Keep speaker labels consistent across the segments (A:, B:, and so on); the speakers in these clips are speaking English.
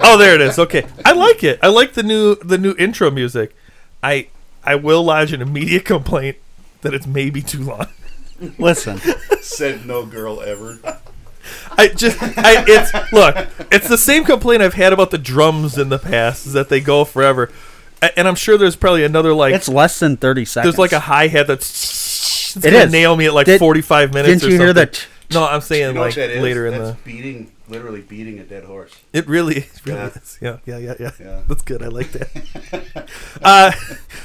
A: Oh, there it is. Okay, I like it. I like the new the new intro music. I I will lodge an immediate complaint that it's maybe too long.
B: Listen,
C: Said no girl ever.
A: I just I it's look, it's the same complaint I've had about the drums in the past is that they go forever. A- And I'm sure there's probably another like
B: it's less than thirty seconds.
A: there's like a hi hat that's it's
B: It
A: gonna
B: is.
A: nail me at like
B: Did-
A: 45 minutes.
B: Didn't
A: or
B: you hear
A: something.
B: that? ch-
A: No, I'm saying
C: You know
A: like
C: what that is?
A: later in
C: That's
A: the
C: beating, literally beating a dead horse.
A: It really, it really
C: Yeah.
A: is. Yeah, yeah, yeah, yeah,
C: Yeah.
A: That's good. I like that. uh,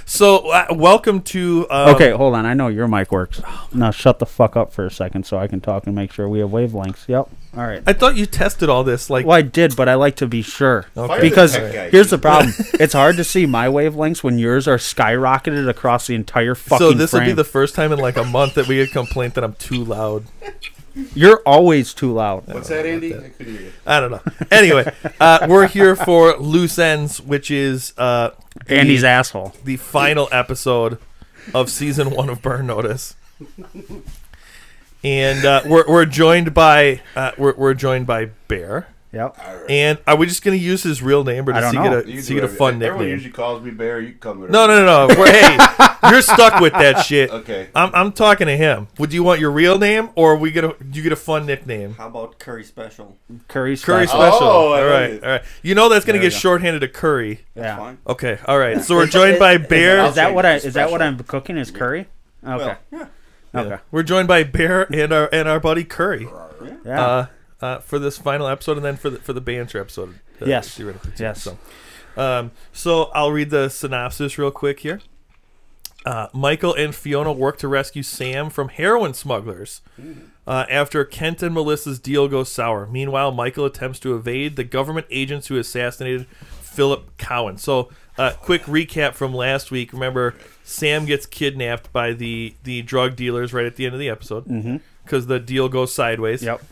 A: so, uh, welcome to. Um,
B: Okay, hold on. I know your mic works. Now shut the fuck up for a second so I can talk and make sure we have wavelengths. Yep. All right.
A: I thought you tested all this. Like,
B: Well, I did, but I like to be sure.
A: Okay.
C: Fire
B: Because
C: tech guy.
B: here's the problem: it's hard to see my wavelengths when yours are skyrocketed across the entire fucking.
A: so this will be
B: frame.
A: the first time in like a month that we get complaint that I'm too loud.
B: You're always too loud.
C: What's that, Andy? I couldn't hear you.
A: I don't know. Anyway, uh, we're here for loose ends, which is uh, the-
B: Andy's asshole.
A: the final episode of season one of Burn Notice. And uh, we're, we're joined by uh, we're, we're joined by Bear.
B: Yep.
A: And are we just going to use his real name, or
B: I
A: does he
B: don't
A: get
B: know.
A: a,
C: You can
A: does he
C: do
A: get a
C: whatever-
A: fun
C: Everyone
A: nickname?
C: usually calls me Bear. You can call me
A: No, no, no, no. We're, hey, you're stuck with that shit.
C: Okay.
A: I'm, I'm talking to him. Would you want your real name, or we get a do you get a fun nickname?
D: How about curry special?
B: Curry.
A: Curry
B: special.
C: Oh,
A: special.
C: I
A: all
C: like
A: right,
C: it.
A: all right. You know that's gonna
B: There
A: get
B: you go.
A: shorthanded to curry.
B: Yeah.
D: Fine.
A: Okay, all right. So we're joined by
B: Is-
A: Bear.
B: Is, that what I? Is that what
C: Special.
B: I'm cooking? Is curry? Okay.
D: Well, yeah.
B: Okay.
A: We're joined by Bear and our and our buddy Curry
B: Yeah.
A: uh, uh, for this final episode, and then for the for the banter episode. uh,
B: Yes.
A: theoretically, too.
B: Yes.
A: So, um, so I'll read the synopsis real quick here. Uh, Michael and Fiona work to rescue Sam from heroin smugglers uh, after Kent and Melissa's deal goes sour. Meanwhile, Michael attempts to evade the government agents who assassinated Philip Cowan. So, uh, quick recap from last week. Remember, Sam gets kidnapped by the, the drug dealers right at the end of the episode because the deal goes sideways.
B: Mm-hmm. Yep.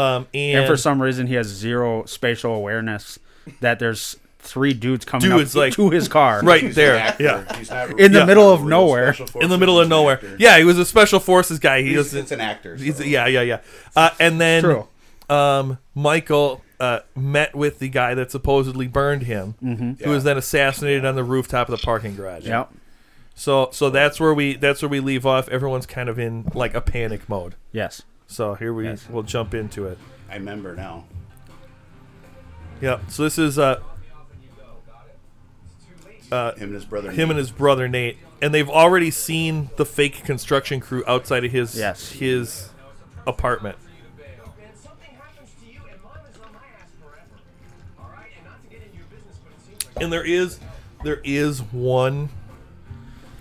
A: Um, and,
B: And for some reason, he has zero spatial awareness that there's three dudes coming
A: Dudes,
B: up
A: like-
B: to his car.
A: right
C: He's an
A: there,
C: actor.
A: yeah.
C: He's not,
B: In the
C: he's
B: middle
C: not
B: of
C: a real
B: nowhere.
C: special
A: in
C: forces,
A: the middle
C: he's
A: of
C: an
A: nowhere.
C: actor.
A: Yeah, he was a special forces guy. He
C: He's,
A: doesn't.
C: it's an actor.
A: he's-
C: so-
A: yeah, yeah, yeah. Uh, and then,
B: True.
A: um, Michael uh, met with the guy that supposedly burned him, who was
C: Mm-hmm. Yeah.
A: then assassinated on the rooftop of the parking garage.
B: Yep.
A: So, so that's where we that's where we leave off. Everyone's kind of in like a panic mode.
B: Yes.
A: So here we we'll jump into it.
C: I remember now.
A: Yeah. So this is uh,
C: Him and his brother.
A: him and his brother Nate, and they've already seen the fake construction crew outside of his
B: Yes.
A: his apartment.
E: Man, something happens to you and mom is on my ass forever. All right, and not to get into your business, but it seems like
A: And there is there is one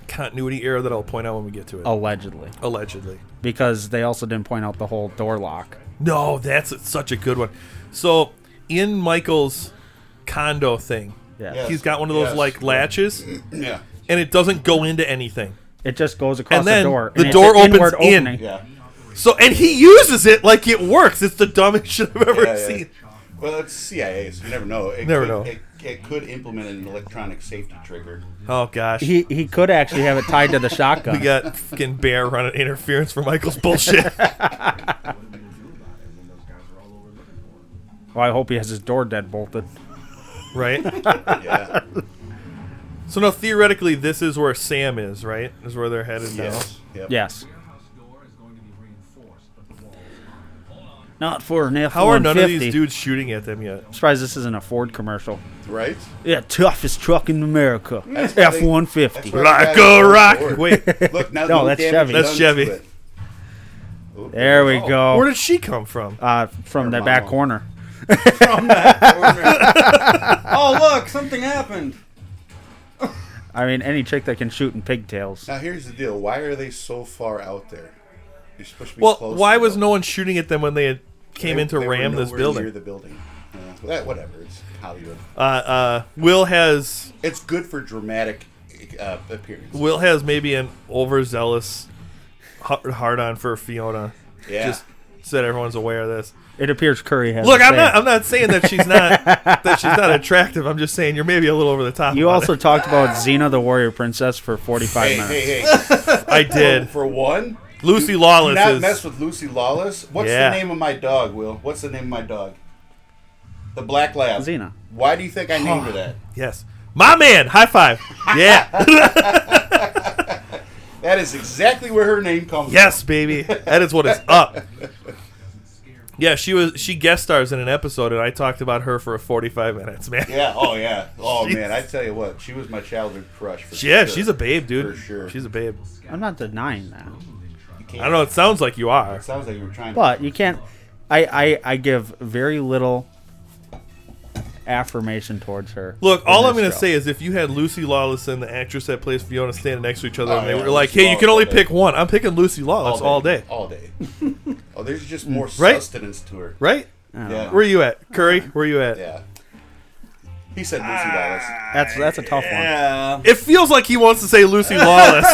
A: continuity error that I'll point out when we get to it.
B: Oh. Allegedly,
A: Allegedly.
B: because they also didn't point out the whole door lock.
A: No, that's a- such a good one. So in Michael's condo thing,
B: Yeah.
C: Yeah.
A: he's got one of those
C: Yes.
A: like latches
C: Yeah.
A: and it doesn't go into anything.
B: It just goes across
A: And then
B: the door.
A: the
B: it's
A: door
B: an
A: opens
B: inward
A: in.
B: opening.
C: Yeah.
A: So and he uses it like it works. It's the dumbest shit I've ever
C: Yeah, yeah.
A: seen.
C: Well, it's CIA, so you never know. It
A: Never
C: could,
A: know.
C: It, it could implement an electronic safety trigger.
A: Oh gosh.
B: He he could actually have it tied to the shotgun.
A: we got fucking bear running interference for Michael's bullshit.
B: well, I hope he has his door dead bolted.
A: right?
C: Yeah.
A: So no, theoretically this is where Sam is, right? Is where they're headed
C: yes. Yep.
B: Yes.
E: house door is going to be reinforced, but the walls
B: Not for an F
A: now. How are none of these dudes shooting at them yet?
B: I'm surprised this isn't a Ford commercial.
C: Right.
B: Yeah, toughest truck in America.
C: That's why they-
B: F one fifty.
C: that's why
A: Like
C: they got
A: a
C: it on
A: rock.
C: board.
A: Wait,
C: Look, now
B: No,
C: no
B: that's
C: damage
B: Chevy.
A: That's
C: done
A: Chevy.
C: to it. Oop.
B: There we go.
A: where did she come from?
B: Oh. uh, from the
C: Your
B: back
C: mama.
B: corner.
D: oh look, something happened.
B: I mean, any chick that can shoot in pigtails.
C: Now here's the deal. Why are they so far out there? You're supposed to be
A: Well,
C: close
A: why
C: to
A: was
C: them.
A: no one shooting at them when they had
C: They-
A: came in to
C: they were
A: ram this
C: nowhere
A: building?
C: Near the building. Yeah. Well, that- whatever. It's Hollywood.
A: uh, uh, Will has
C: It's good for dramatic uh, appearance.
A: Will has maybe an overzealous hard on for Fiona.
C: Yeah.
A: Just so that everyone's aware of this.
B: It appears Curry has.
A: Look,
B: the
A: I'm
B: same.
A: not. I'm not saying that she's not that she's not attractive. I'm just saying you're maybe a little over the top.
B: you
A: about
B: also
A: it.
B: talked about Xena the Warrior Princess for 45
C: hey,
B: minutes.
C: hey, hey!
A: I did.
C: For one,
A: Lucy
C: do-
A: Lawless
C: Do not
A: is-
C: mess with Lucy Lawless. What's
A: Yeah.
C: the name of my dog, Will? What's the name of my dog? The Black Lab.
B: Xena.
C: Why do you think I named her that?
A: Yes. My man, high five. Yeah.
C: That is exactly where her name comes
A: yes, baby. That is what is up. Yeah, she was she guest stars in an episode and I talked about her for 45 minutes, man.
C: from. Yeah. Oh yeah. Oh
A: She's-
C: man, I tell you what, she was my childhood crush. For
A: Yeah,
C: sure.
A: she's a babe, dude.
C: For sure.
A: She's a babe.
B: I'm not denying that,
C: You
A: I
C: can't-
A: don't know, it sounds like you are.
C: It sounds like you were trying.
B: but you can't. I I, I give very little affirmation towards her.
A: Look,
B: in
A: all I'm
B: this
A: going to
B: show.
A: say is if you had Lucy Lawless and the actress that plays Fiona standing next to each other
C: Oh,
A: and they
C: yeah,
A: were like,
C: Lucy
A: hey, you can only
C: Lawless all day.
A: pick one, I'm picking Lucy Lawless all day.
C: All day. oh, there's just more
A: Right?
C: sustenance to her.
A: Right?
C: Yeah.
A: Uh, Where you at? Curry, where you at?
C: Yeah. He said Lucy Lawless.
B: That's that's a tough one.
D: Yeah.
A: It feels like he wants to say Lucy Lawless.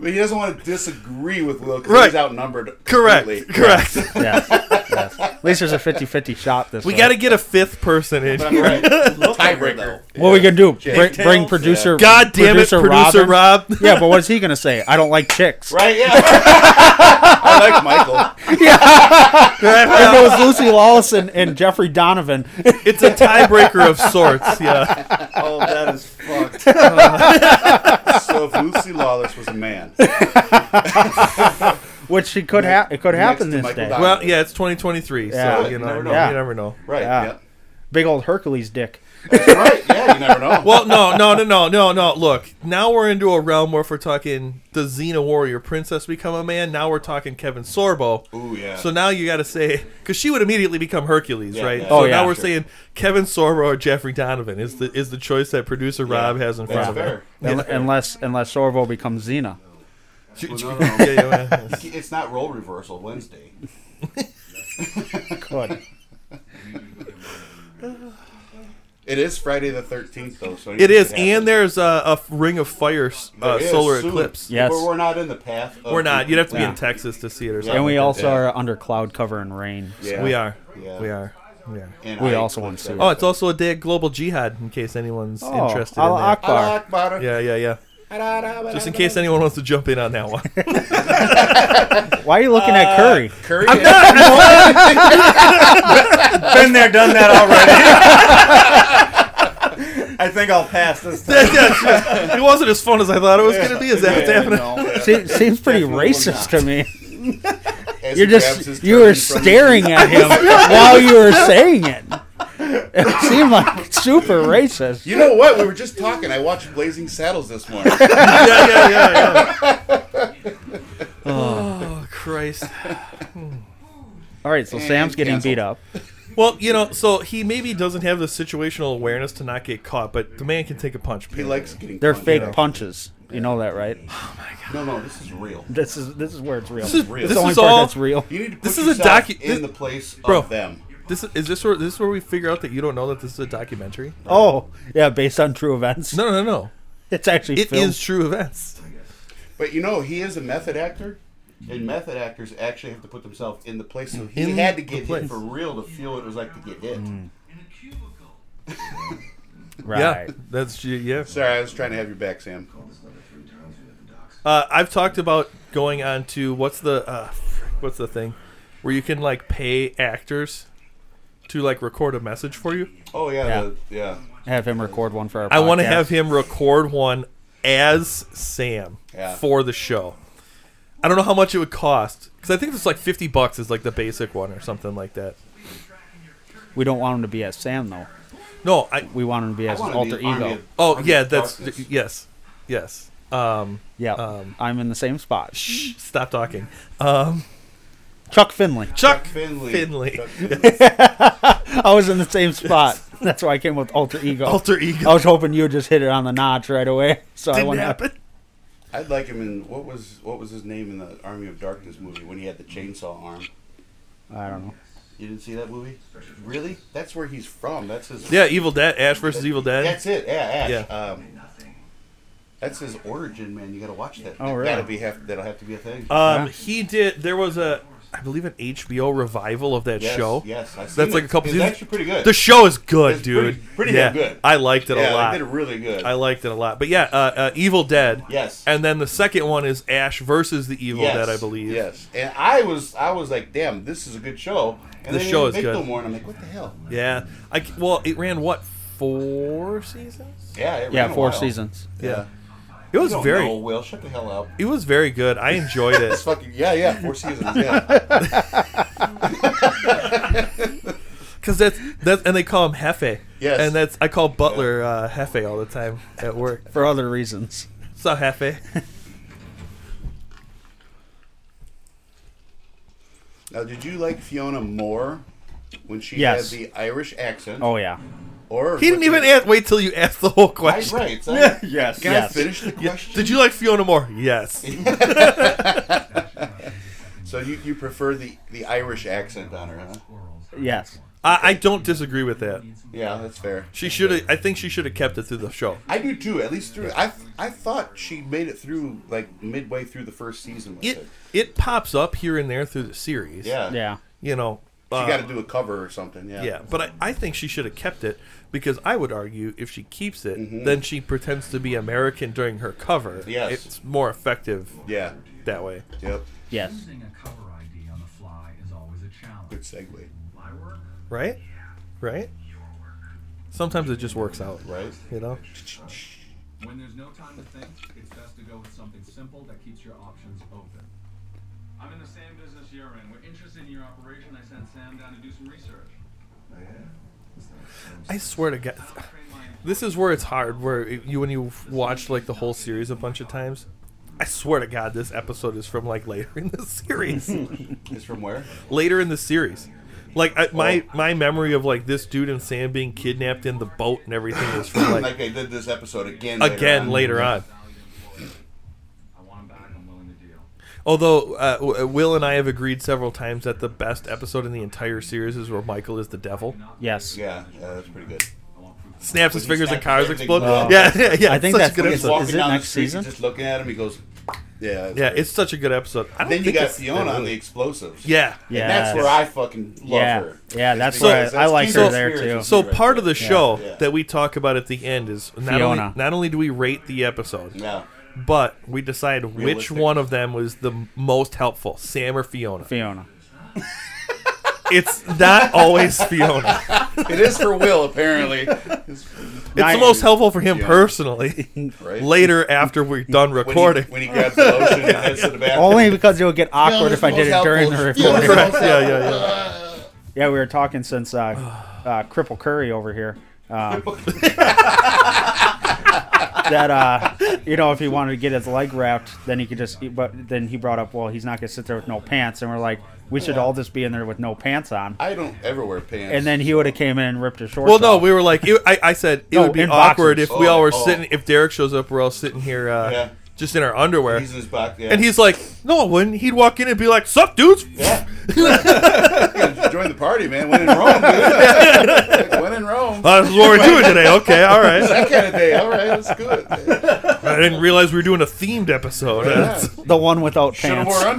C: But he doesn't want to disagree with Will because
A: Right.
C: he's outnumbered.
A: Correct.
C: completely.
A: Correct.
B: Yes, yes. At least there's a 50-50 shot this
A: We
B: way.
A: got to get a fifth person in
C: But
A: here.
C: I'm right.
D: though.
C: Tiebreaker.
B: What we gonna do? Bring,
D: Tails?
B: bring producer.
A: uh, God damn it, producer
B: Robin?
A: Rob.
B: Yeah, but what is he gonna say? I don't like chicks.
C: Right? Yeah. I like Michael.
B: If it was Lucy Lawless and, and Jeffrey Donovan,
A: It's a tiebreaker of sorts. Yeah.
D: Oh, that is fucked.
C: So if Lucy Lawless was a man,
B: which she could have, it could
C: Next
B: happen
C: to
B: this
C: Michael
B: day.
C: Donovan.
A: Well, yeah, it's 2023,
B: Yeah.
A: so you know,
C: Never know.
B: Yeah.
A: you never know.
C: right?
B: Yeah.
C: Yeah.
B: Big old Hercules dick.
C: Right? Yeah. You never know.
A: Well, no, no, no, no, no, no. Look, now we're into a realm where if we're talking the Xena warrior princess become a man. Now we're talking Kevin Sorbo.
C: Ooh, yeah.
A: So now you got to say because she would immediately become Hercules,
C: Yeah,
A: right?
C: yeah.
A: so
B: Oh,
A: now
B: yeah.
A: we're saying Kevin Sorbo or Jeffrey Donovan is the is the choice that producer Rob has in front
C: That's
A: of him.
C: fair.
B: Un- Unless unless Sorvo becomes Xena.
C: Well, no, no,
A: Yeah, yeah, yeah.
C: It's not role reversal Wednesday.
B: Good.
C: It is Friday the thirteenth, though. So
A: It is, and there's a, a ring of fire uh, solar eclipse.
B: Yeah. Yes.
C: We're, we're not in the path. Of
A: We're not. You'd have to be
B: Yeah.
A: in Texas to see it or something.
B: And we
A: like
B: also
C: Yeah.
B: are under cloud cover and rain.
A: that.
C: Yeah.
A: We are.
C: Yeah.
A: We are. We are.
C: And
B: We
C: I
B: also want
C: clicked
B: to
C: that.
A: Oh, it's also a day of global jihad in case anyone's
B: Oh,
A: interested in
B: Al
A: that.
C: Allah
B: Akbar.
C: Akbar.
A: Yeah, yeah, yeah.
C: Yeah.
A: Just in case anyone wants to jump in on that one.
B: Why are you looking
C: Uh,
B: at Curry?
C: Curry. I'm not.
D: Been there, done that already. I think I'll pass this time.
A: it wasn't as fun as I thought it was going to be. Is that what's happening?
B: Se- seems pretty
C: Definitely
B: racist to me.
C: As
B: You're
C: he grabs his
B: just you were
C: turban from-
B: staring at him while you were saying it. It seemed like super racist.
C: You know what? We were just talking. I watched Blazing Saddles this morning.
A: Yeah, yeah, yeah, yeah. oh, Christ.
B: All right, so Sam's getting
C: canceled.
B: beat up.
A: Well, you know, so he maybe doesn't have the situational awareness to not get caught, but the man can take a punch.
C: he likes getting.
B: They're
C: punched.
B: fake punches. You know that, right?
C: No, no, this is real.
B: This is this is where it's real. This
A: is-
C: Real.
A: this
B: the
A: is
B: only part
A: all-
B: that's real.
C: You need to put
A: This
C: this
A: is a
C: is yourself
A: docu-
C: in
A: this-
C: the place
A: Bro.
C: of them.
A: This is, is this where this is where we figure out that you don't know that this is a documentary?
B: Oh, yeah, based on true events.
A: No, no, no.
B: It's actually
A: It is
B: filmed.
A: true events.
C: But you know, he is a method actor, and method actors actually have to put themselves in the place. So he
A: In
C: had to
A: the
C: get
A: place.
C: hit for real to feel what it was like to get hit.
B: right.
A: Yeah, that's yeah.
C: Sorry, I was trying to have your back, Sam.
A: Uh, I've talked about going on to what's the uh, what's the thing where you can like pay actors to like record a message for you.
C: Oh yeah,
B: Yeah.
C: yeah. The, yeah.
B: Have him record one for our.
A: I want to
B: podcast.
A: have him record one as Sam
C: Yeah.
A: for the show. I don't know how much it would cost because I think it's like fifty bucks is like the basic one or something like that.
B: We don't want him to be as Sam though.
A: No, I
B: We want him to be as
C: I
B: his
C: wanna be
B: alter
C: the army
B: ego.
C: of-
A: oh
C: army
A: yeah
C: of
A: that's
C: darkness.
A: yes yes um
B: Yeah,
A: Um,
B: I'm in the same spot.
A: shh, stop talking um
B: Chuck Finley.
A: Chuck
C: Finley.
A: Finley.
C: Chuck Finley.
B: I was in the same spot. That's why I came with alter ego.
A: alter ego
B: I was hoping you would just hit it on the notch right away. So I
A: didn't
B: wouldn't
A: happen.
C: I'd like him in what was what was his name in the Army of Darkness movie when he had the chainsaw arm.
B: I don't know.
C: You didn't see that movie? Really? That's where he's from. That's his.
A: Yeah, Evil Dead, Ash versus Evil Dead.
C: That's it. Yeah, Ash.
A: Yeah.
C: Um, that's his origin, man. You got to watch that.
B: Oh,
C: That-
B: really?
C: That'll be have, that'll have to be a thing.
A: Um,
B: Yeah.
A: he did. There was a I believe an HBO revival of that
C: Yes,
A: show.
C: Yes, I
A: That's like a couple
C: It's
A: seasons.
C: actually pretty good.
A: The show is good,
C: It's
A: dude.
C: pretty- pretty
A: yeah,
C: damn good.
A: I liked it
C: yeah,
A: a lot.
C: They did really good.
A: I liked it a lot. But yeah, uh, uh, Evil Dead.
C: Yes.
A: And then the second one is Ash versus the Evil
C: yes,
A: Dead, I believe.
C: Yes, and I was I was like, damn, this is a good show. And
A: The
C: then they
A: show
C: didn't
A: is
C: make
A: good.
C: No more, and I'm like, what the hell?
A: Yeah. I c well, it ran what four seasons?
C: Yeah, it
B: Yeah,
C: ran a
B: four
C: while.
B: seasons.
A: Yeah. It was
C: You don't
A: very
C: know, Will. Shut the hell up.
A: it was very good. I enjoyed
C: It's
A: it.
C: fucking yeah, yeah. Four seasons. Yeah.
A: Cuz that's that's and they call him Hefe.
C: Yes.
A: And that's I call Butler uh, Hefe all the time at work.
B: For other reasons.
A: What's up, Hefe?
C: now, did you like Fiona more when she
B: Yes.
C: had the Irish accent?
B: Oh, yeah.
C: or
A: He didn't even ask, wait till you asked the whole question.
C: Right. So I-
D: yes.
C: Can
B: Yes.
C: I finish the
A: Yeah.
C: question?
A: Did you like Fiona Moore? Yes.
C: So you, you prefer the, the Irish accent on her, huh?
B: Yes.
A: I, I don't disagree with that.
C: Yeah, that's fair.
A: She should have I think she should have kept it through the show.
C: I do too. At least through I I thought she made it through like midway through the first season. With it,
A: It it pops up here and there through the series.
C: yeah,
B: Yeah.
A: You know,
C: She
A: uh,
C: got to do a cover or something. Yeah,
A: Yeah, but I, I think she should have kept it because I would argue if she keeps it,
C: Mm-hmm.
A: then she pretends to be American during her cover.
C: Yes.
A: It's more effective
C: yeah,
A: that way.
C: yep.
B: Yes.
E: Using a cover ID on the fly is always a challenge.
C: Good segue,
E: My work,
A: Right? Right? Sometimes it just works out,
C: right?
A: you know?
E: when there's no time to think, it's best to go with something simple that keeps your options open. I'm in the same business you're in. We're interested in your operation. I sent Sam down to do some research.
A: I swear to God.
E: I'll train my
A: This is where it's hard, where it- you, when you watch like the whole series a bunch of times, I swear to God, this episode is from like later in the series.
C: It's from where?
A: later in the series. Like I, my
C: Oh.
A: my memory of like this dude and Sam being kidnapped in the boat and everything is from
C: Like,
A: like
C: they did this episode again.
A: again later on.
E: valued employee. I want him back. I'm willing to deal.
A: Although uh, W- Will and I have agreed several times that the best episode in the entire series is where Michael is the devil,
B: Yes.
C: Yeah, yeah, that's pretty good.
A: snaps his
C: When he
A: fingers and
C: snaps
A: cars
C: everything
A: explode.
C: up.
A: Yeah, yeah, yeah.
B: I
A: it's
B: think
A: such
B: that's
A: a good
B: what
C: He's
B: Is it-
A: episode.
C: walking
B: is it
C: down
B: next
C: the street,
B: season?
C: Just looking at him, he goes, "Yeah." that's
A: Yeah,
C: great.
A: it's such a good episode. I don't
C: Then you
A: think
C: got
A: it's-
C: Fiona on the explosives.
A: Yeah,
B: Yeah.
C: And that's where I fucking love
B: Yeah.
C: her.
B: Yeah,
C: It's
B: that's
C: because
B: where I- I like
A: her
C: Keith's
B: there,
C: spirit
B: too.
C: is
A: So
C: right
A: part of
C: there.
A: the show
C: Yeah.
A: that we talk about at the end is not
B: Fiona.
A: only not only do we rate the episode,
C: Yeah.
A: but we decide which
C: Realistic.
A: one of them was the m- most helpful, Sam or Fiona.
B: Fiona.
A: It's not always Fiona.
C: It is for Will, apparently.
A: It's the most helpful for him
C: Fiona.
A: personally.
C: Right?
A: Later, after we're done
C: When he,
A: recording,
C: when he grabs the lotion and heads to the bathroom.
B: Only because it would get awkward
C: Fiona's
B: if I did it
C: most
B: during the
C: helpful.
B: recording.
C: Fiona's
A: Correct. Yeah, yeah, yeah.
B: Yeah, we were talking since uh, uh, Cripple Curry over here. Um, that uh, you know, if he wanted to get his leg wrapped, then he could just. But then he brought up, well, he's not gonna sit there with no pants, and we're like, we should all just be in there with no pants on.
C: I don't ever wear pants.
B: And then he would have came in and ripped his shorts.
A: Well, no,
B: off.
A: we were like, it, I, I said it
B: No,
A: would be
B: in
A: awkward
B: boxers.
A: if we all were
C: Oh, oh.
A: sitting, if Derek shows up, we're all sitting here uh,
C: Yeah.
A: just in our underwear.
C: he's in his back. Yeah.
A: and he's like, no, it wouldn't. He'd walk in and be like, sup, dudes?
C: yeah. Yeah, Join the party, man. When in Rome, dude. when in Rome.
A: Uh, this is what we're doing today. Okay, all right.
C: That kind of day. All right, that's good.
A: I didn't realize we were doing a themed episode.
C: Yeah.
B: the one without
C: Should have
B: pants.
C: wore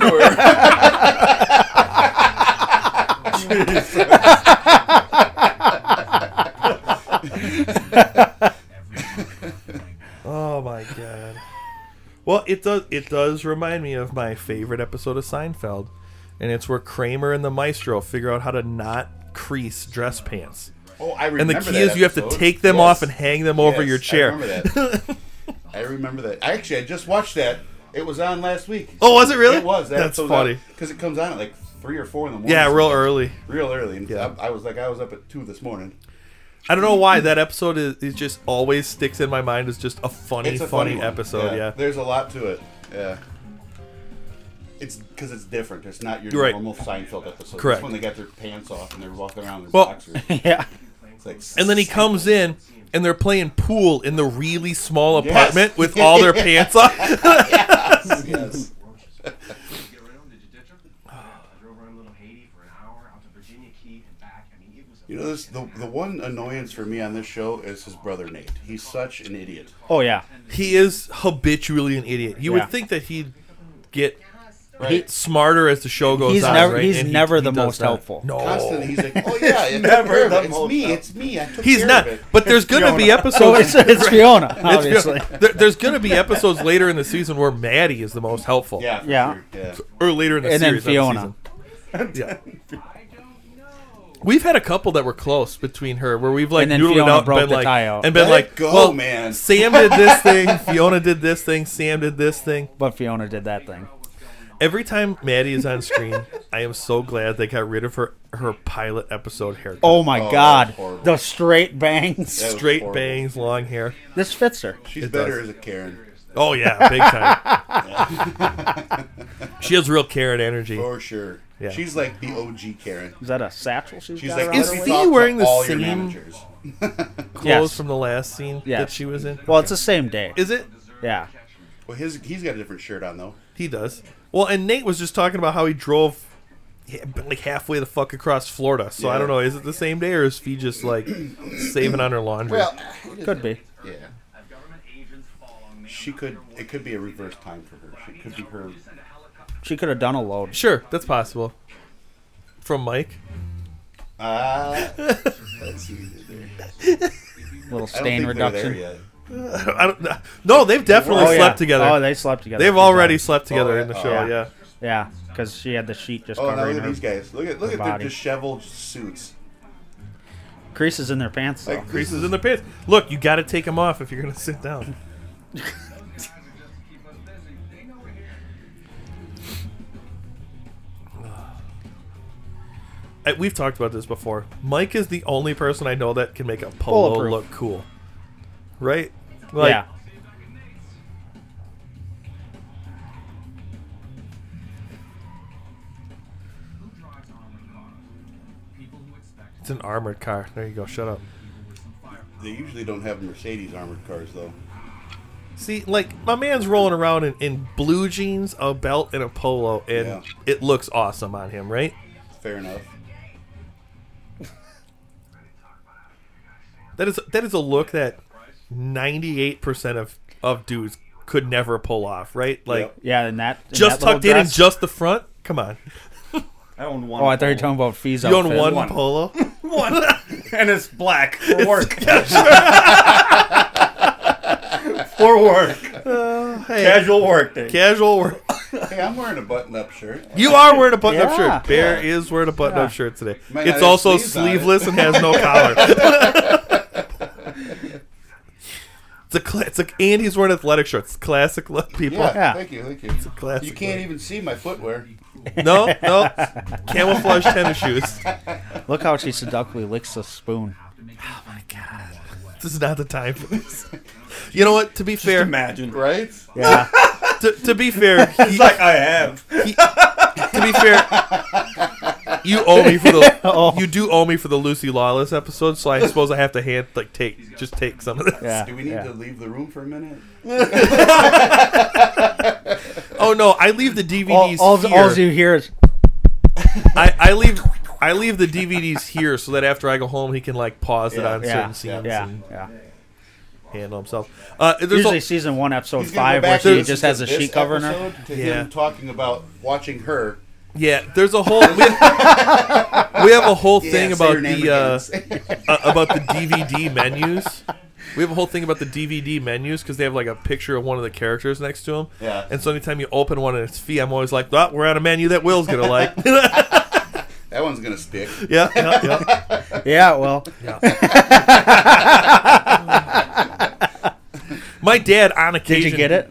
C: underwear.
A: Oh my god. Well, it does it does remind me of my favorite episode of Seinfeld, and it's where Kramer and the Maestro figure out how to not crease dress pants.
C: Oh, I remember
A: And the key
C: that
A: is you have to
C: episode.
A: take them
C: Yes.
A: off and hang them over
C: Yes,
A: your chair.
C: I remember that. I remember that. Actually, I just watched that. It was on last week.
A: Oh, was it really?
C: It was.
A: That's funny.
C: Because it comes on at like three or four in the morning.
A: Yeah, real early.
C: real early. And
A: Yeah.
C: I, I was like, I was up at two this morning.
A: I don't know why that episode is it just always sticks in my mind as just a funny,
C: It's a
A: funny,
C: funny, one.
A: episode. Yeah.
C: there's a lot to it. Yeah, it's because it's different. It's not your
A: Right.
C: normal Seinfeld episode.
A: Correct.
C: It's when they got their pants off and they're walking around with
A: Well-
C: boxers.
B: yeah,
C: It's like,
A: And then he comes in and they're playing pool in the really small apartment with all their pants on.
C: yes.
E: Did you get rid of him? Did you ditch him? Yeah, I drove around Little Haiti for an hour, out to Virginia Key and back. I mean, it was.
C: You know, this, the the one annoyance for me on this show is his brother Nate. He's such an idiot.
B: oh yeah,
A: He is habitually an idiot. You
B: Yeah.
A: would think that he'd get
C: Right.
A: smarter as the show goes
B: He's
A: on.
B: never-
A: right?
B: he's
A: And he-
B: never
A: he
B: the
A: does
B: most
A: that.
B: helpful.
A: No,
C: Constantly, he's like, "Oh yeah, I took
D: Never
C: care of
D: the
C: it. it's
D: most
C: me, it's me. I took
A: he's
C: care
A: not.
C: of it."
A: But there's gonna be
B: So
A: episodes.
B: Oh, it's, it's Fiona,
A: It's gonna-
B: obviously.
A: there- there's gonna be episodes later in the season where Maddie is the most helpful.
C: Yeah, for
B: Yeah.
C: sure, yeah.
A: Or later in the
B: And then
A: series. not
B: Fiona.
A: the season. yeah.
E: I don't know.
A: We've had a couple that were close between her, where we've like
B: And then
A: noodled it
B: Fiona
A: out,
B: broke
A: and been
B: the
A: like,
B: tie out.
A: and been
C: Let
A: like,
C: go,
A: well,
C: man.
A: Sam did this thing, Fiona did this thing, Sam did this thing.
B: But Fiona did that thing.
A: Every time Maddie is on screen, I am so glad they got rid of her her pilot episode haircut.
B: Oh my
C: Oh, that was
B: God,
C: horrible.
B: the straight bangs.
C: That was
A: straight
C: horrible.
A: bangs, long hair.
B: This fits her.
C: She's
A: It
C: better
A: does.
C: as a Karen
A: Oh yeah, big time. she has real Karen energy.
C: for sure.
A: Yeah.
C: She's like the OG Karen.
B: Is that a satchel she's,
C: She's
B: got
C: like,
B: around
A: Is
B: her
C: "Let me
A: Thea
B: waist?
C: talk to
A: wearing the
C: all your
A: same-
C: managers."
A: Clothes
B: Yes.
A: from the last scene
B: Yes.
A: that she was in.
B: Well, it's the same day.
A: Is it?
B: Yeah.
C: Well, his he's got a different shirt on though.
A: He does. Well, and Nate was just talking about how he drove h- like halfway the fuck across Florida. So I
C: Yeah.
A: don't know. Is it the same day or is Fee just like saving on her laundry?
C: Well,
B: Could be.
C: yeah,
E: I've government agents following me.
C: she could. It could be a reverse time for her. She could be her.
E: Send a helicopter.
B: She could have done a load.
A: sure, that's possible. From Mike.
C: Ah, let's see there.
B: Little
C: I don't
B: stain
C: think they're there
B: reduction.
C: yet.
A: I don't, no, they've definitely
B: yeah.
A: slept together.
B: Oh, they slept together.
A: they, have
B: Good
A: already
B: job.
A: slept together
C: Oh, yeah.
A: in the
C: Oh,
A: show.
B: yeah.
A: yeah.
B: Yeah, because she had the sheet just
C: Oh, now
B: covering
C: look at
B: her.
C: these guys. Look at look
B: her
C: at their
B: body.
C: disheveled suits.
B: Creases in their pants. Though.
C: Like this
A: Creases
C: is-
A: in their pants. Look, you got to take them off if you're gonna sit down.
E: Guys are just to keep us busy. They know we're here.
A: I, we've talked about this before. Mike is the only person I know that can make a polo
B: Bulletproof.
A: look cool, right? Like,
B: yeah.
E: Who drives armored cars? People who expect
A: It's an armored car. There you go. Shut up.
C: They usually don't have Mercedes armored cars though.
A: See, like my man's rolling around in, in blue jeans, a belt, and a polo, and
C: Yeah.
A: it looks awesome on him, right?
C: Fair enough.
A: That is that is a look that ninety eight percent of of dudes could never pull off, right? Like
C: Yep.
B: Yeah, and that. and
A: just
B: that little
A: tucked in and
B: dress-
A: just the front. Come on,
D: I own one.
B: Oh, I thought you were
D: phone.
B: talking about fees.
A: you own one,
D: One.
A: polo.
D: one, and it's black for work. for work, Uh,
A: Hey,
D: casual work day.
A: casual work.
C: Hey, I'm wearing a button-up shirt.
A: You are wearing a button-up
B: Yeah.
A: shirt. Bear is wearing a button-up
B: Yeah.
A: shirt today.
C: Might not
A: it's
C: have
A: also
C: sleeves on it.
A: sleeveless and has no collar. it's a cla- it's like Andy's wearing athletic shirts. Classic look, people.
C: Yeah,
B: Yeah.
C: Thank you. Thank you.
A: Classic.
C: You can't
A: look.
C: even see my footwear.
A: No, no. Camouflage tennis shoes.
B: Look how she seductively licks the spoon.
A: This is not the time for this. You know what? To be fair,
D: Imagine.
C: Right?
B: Yeah.
A: to, to be fair, he-
D: It's like I have.
A: he- to be fair, you owe me for the you do owe me for the Lucy Lawless episode. So I suppose I have to hand like take just take some of this.
B: yeah.
C: Do we need
B: yeah.
C: to leave the room for a minute?
A: Oh no, I leave the DVDs
B: All, all,
A: here.
B: all you hear is.
A: I, I leave I leave the DVDs here so that after I go home, he can like pause it
C: Yeah.
A: on
B: Yeah.
A: certain
B: Yeah.
A: scenes
B: Yeah.
A: and handle himself. Uh, there's
B: Usually
A: al-
B: season one, episode
C: He's gonna go
B: five, where
C: back and
B: she
C: listen
B: just has
C: to
B: a
C: this
B: sheet covering her.
C: episode To
A: Yeah.
C: him talking about watching her.
A: yeah, there's a whole we have, we have a whole thing
C: Yeah, say
A: about
C: her name
A: the uh,
C: again.
A: uh, about the DVD menus. We have a whole thing about the DVD menus because they have like a picture of one of the characters next to them.
C: Yeah.
A: And so anytime you open one and it's Fee, I'm always like, well, we're on a menu that Will's gonna like. yeah,
C: that one's gonna stick.
A: yeah, yeah.
B: Yeah, well,
A: My dad on
B: did
A: occasion
B: you get it?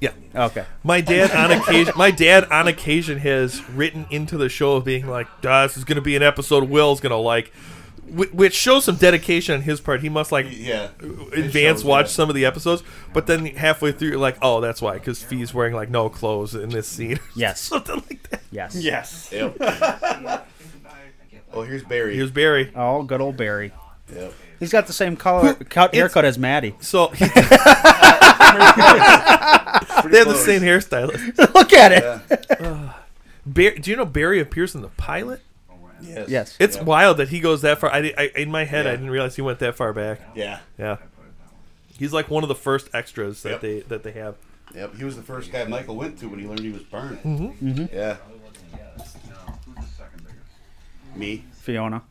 A: Yeah.
B: Okay.
A: My dad on occasion, my dad on occasion has written into the show of being like, "Duh, "This is going to be an episode Will's going to like," whi- which shows some dedication on his part. He must like
C: Yeah.
A: advance
C: shows,
A: watch
C: yeah.
A: some of the episodes, but then halfway through, you're like, "Oh, that's why," because Fee's wearing like no clothes in this scene,
B: Yes.
A: something like that.
B: Yes.
D: Yes.
C: Yep. oh, here's Barry.
A: Here's Barry.
B: Oh, good old Barry.
C: Yep.
B: He's got the same color cut, haircut as Maddie.
A: So he,
C: Pretty
A: they have the
C: close.
A: same hairstylist.
B: Look at it.
C: Yeah.
A: Bar- do you know Barry appears in the pilot?
C: Yes.
B: Yes.
A: It's
C: Yeah.
A: wild that he goes that far. I, di- I in my head, I
C: Yeah.
A: didn't realize he went that far back.
C: Yeah.
A: Yeah. He's like one of the first extras that
C: Yep.
A: they that they have.
C: Yep, he was the first guy Michael went to when he learned he was burned. Yeah,
E: Now, who's the second biggest?
C: me.
B: Fiona.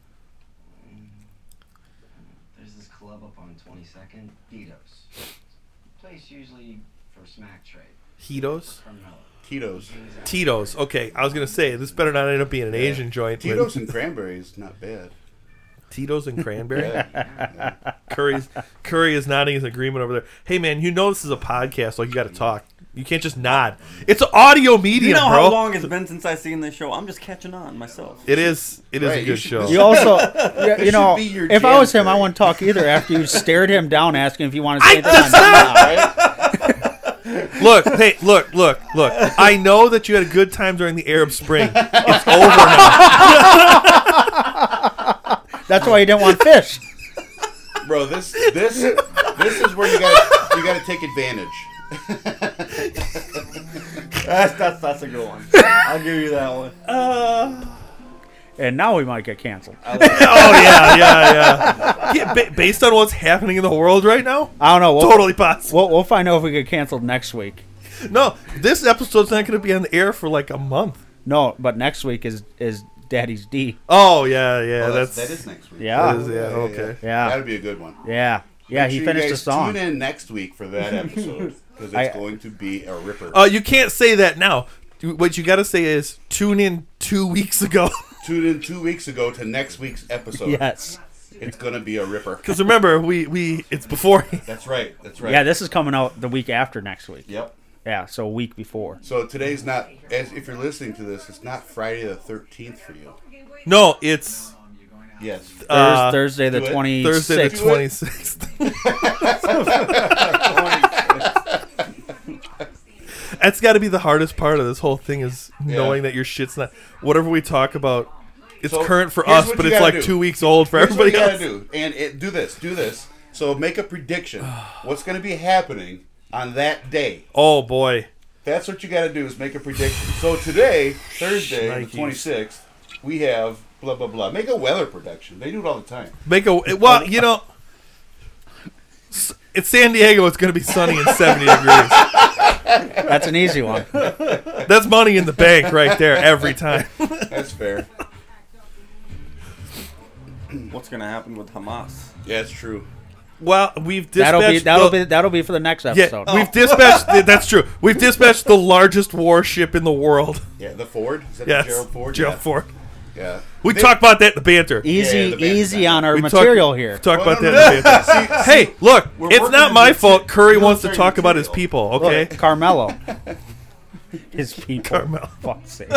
F: There's this club up on 22nd, Dito's. Place usually for smack trade.
A: Tito's.
F: Carmella.
C: Tito's.
A: Tito's. Okay, I was gonna say this better not end up being an Asian joint. with
C: Tito's and cranberries, not bad.
A: Tito's and cranberry.
C: Yeah.
A: Curry's Curry is nodding his agreement over there. Hey man, you know this is a podcast, so you got to talk. You can't just nod. It's an audio medium,
D: You know
A: bro.
D: how long it's been since I've seen this show? I'm just catching on myself.
A: it is. It is
C: Right,
A: a
C: you
A: good
C: should-
A: show.
B: You also, yeah, you
C: should
B: know,
C: be your
B: if I was him, I
C: janitor.
B: wouldn't talk either. After you stared him down, asking if you want to
A: I
B: say
A: just-
B: that.
A: look, hey, look, look, look. I know that you had a good time during the Arab Spring. It's over now.
B: That's why he didn't want fish.
C: Bro, this this this is where you got you got to take advantage.
D: That's, that's, that's a good one. I'll give you that one.
B: And now we might get canceled.
C: Uh,
A: Oh yeah, yeah, yeah. yeah ba- based on what's happening in the world right now,
B: I don't know. We'll,
A: totally possible.
B: We'll, we'll find out if we get canceled next week.
A: No, this episode's not going to be on the air for like a month.
B: No, but next week is is Daddy's D.
A: Oh yeah, yeah.
C: Well,
A: that's,
C: that's, that is next week.
B: Yeah.
A: that is- yeah. Okay.
B: Yeah.
C: That'd be a good one.
B: Yeah. Yeah,
C: Make
B: he
C: sure you
B: finished
C: guys
B: a song.
C: Tune in next week for that episode because
B: I- Oh.
C: it's going to be a ripper.
A: Uh, you can't say that now. You- What you got to say is tune in two weeks ago.
C: Tune in two weeks ago to next week's episode.
B: Yes.
C: It's gonna be a ripper.
A: Because remember, we we it's before.
C: That's right. That's right.
B: Yeah, this is coming out the week after next week.
C: Yep.
B: Yeah, so a week before.
C: So today's not as if you're listening to this, it's not Friday the thirteenth for you.
A: no, it's
C: Yes.
A: Uh,
B: Thurs- Thursday the
C: do it.
B: twenty
A: Thursday the
B: sixth.
A: twenty sixth. That's got to be the hardest part of this whole thing is knowing that your shit's not whatever we talk about. It's
C: So,
A: current for
C: here's
A: us,
C: what
A: but
C: you
A: it's
C: gotta
A: like
C: do.
A: two weeks old for
C: Here's what
A: everybody
C: you gotta
A: else.
C: do, and it, do this, do this. So make a prediction. What's gonna be happening on that day?
A: Oh boy,
C: That's what you gotta do is make a prediction. So today, Thursday,
A: Shnikes.
C: the twenty sixth, we have blah blah blah. Make a weather prediction. They do it all the time.
A: make a well, you know. s- It's San Diego. It's going to be sunny and 70 degrees.
B: That's an easy one.
A: That's money in the bank right there every time.
C: That's fair.
D: What's going to happen with Hamas?
C: yeah, it's true.
A: Well, we've dispatched.
B: That'll be that'll
A: the-
B: be that'll be for the next
A: yeah, Oh.
B: episode.
A: we've dispatched. that's true. We've dispatched the largest warship in the world.
C: Yeah, the Ford. Is that
A: Yes,
C: the Gerald Ford?
A: Gerald
C: yeah.
A: Ford.
C: Yeah.
A: We talked about that in the banter.
B: Easy
C: Yeah, the band's
B: easy
C: back.
B: on our
A: We talk-
B: material here.
A: Talk
C: Well,
A: about
C: no,
A: that in the
C: no,
A: banter.
C: no. See-
A: Hey, look,
C: We're
A: it's
C: working
A: not
C: in
A: my
C: the-
A: fault. Curry
C: we're
A: wants to
C: working
A: talk
C: in
A: about
C: the
A: his
C: material.
A: people,
B: Look,
A: okay?
B: Carmelo. His people.
A: Carmelo.
B: Fuck's sake.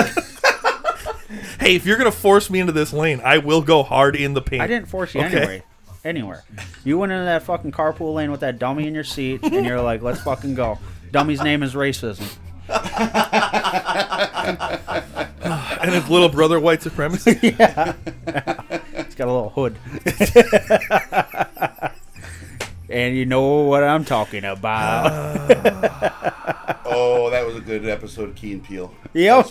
A: Hey, if you're going to force me into this lane, I will go hard in the paint.
B: I didn't force you
A: Okay.
B: anyway. Anywhere. You went into that fucking carpool lane with that dummy in your seat, and you're like, let's fucking go. Dummy's name is racism.
A: And his little brother, white supremacy.
B: It's got a little hood. and you know what I'm talking about.
C: Oh, that was a good episode, Key and Peele.
B: Yep.
C: That's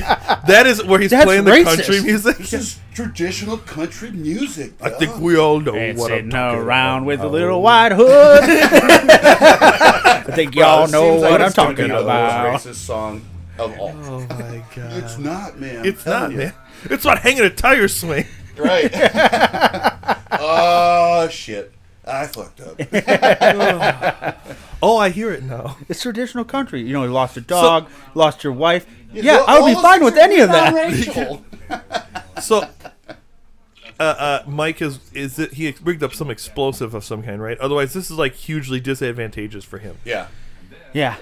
C: funny.
A: that is where he's
B: That's
A: playing the
B: racist.
A: country music.
C: this is traditional country music.
A: I
C: dog.
A: think we all know
B: and
A: what I'm
B: sitting
A: talking
B: around
A: about.
B: with a little white hood. I think y'all
C: Well, it
B: know
C: seems like
B: what I'm
C: it's gonna
B: talking
C: be the
B: about.
C: most racist song of all.
A: Oh my god.
C: It's not, man. I'm
A: It's
C: telling
A: not,
C: you.
A: man. It's not hanging a tire swing.
C: Right. oh shit. I fucked up.
A: Oh, I hear it now.
B: It's traditional country. You know, you lost your dog, lost your wife. Yeah,
C: Well,
B: I would
C: all
B: be fine
C: those
B: with any of
C: things are
B: that.
C: non-racial.
A: So, uh, uh, Mike is is it, he rigged up some explosive of some kind, right? Otherwise, this is like hugely disadvantageous for him.
C: yeah.
B: Yeah.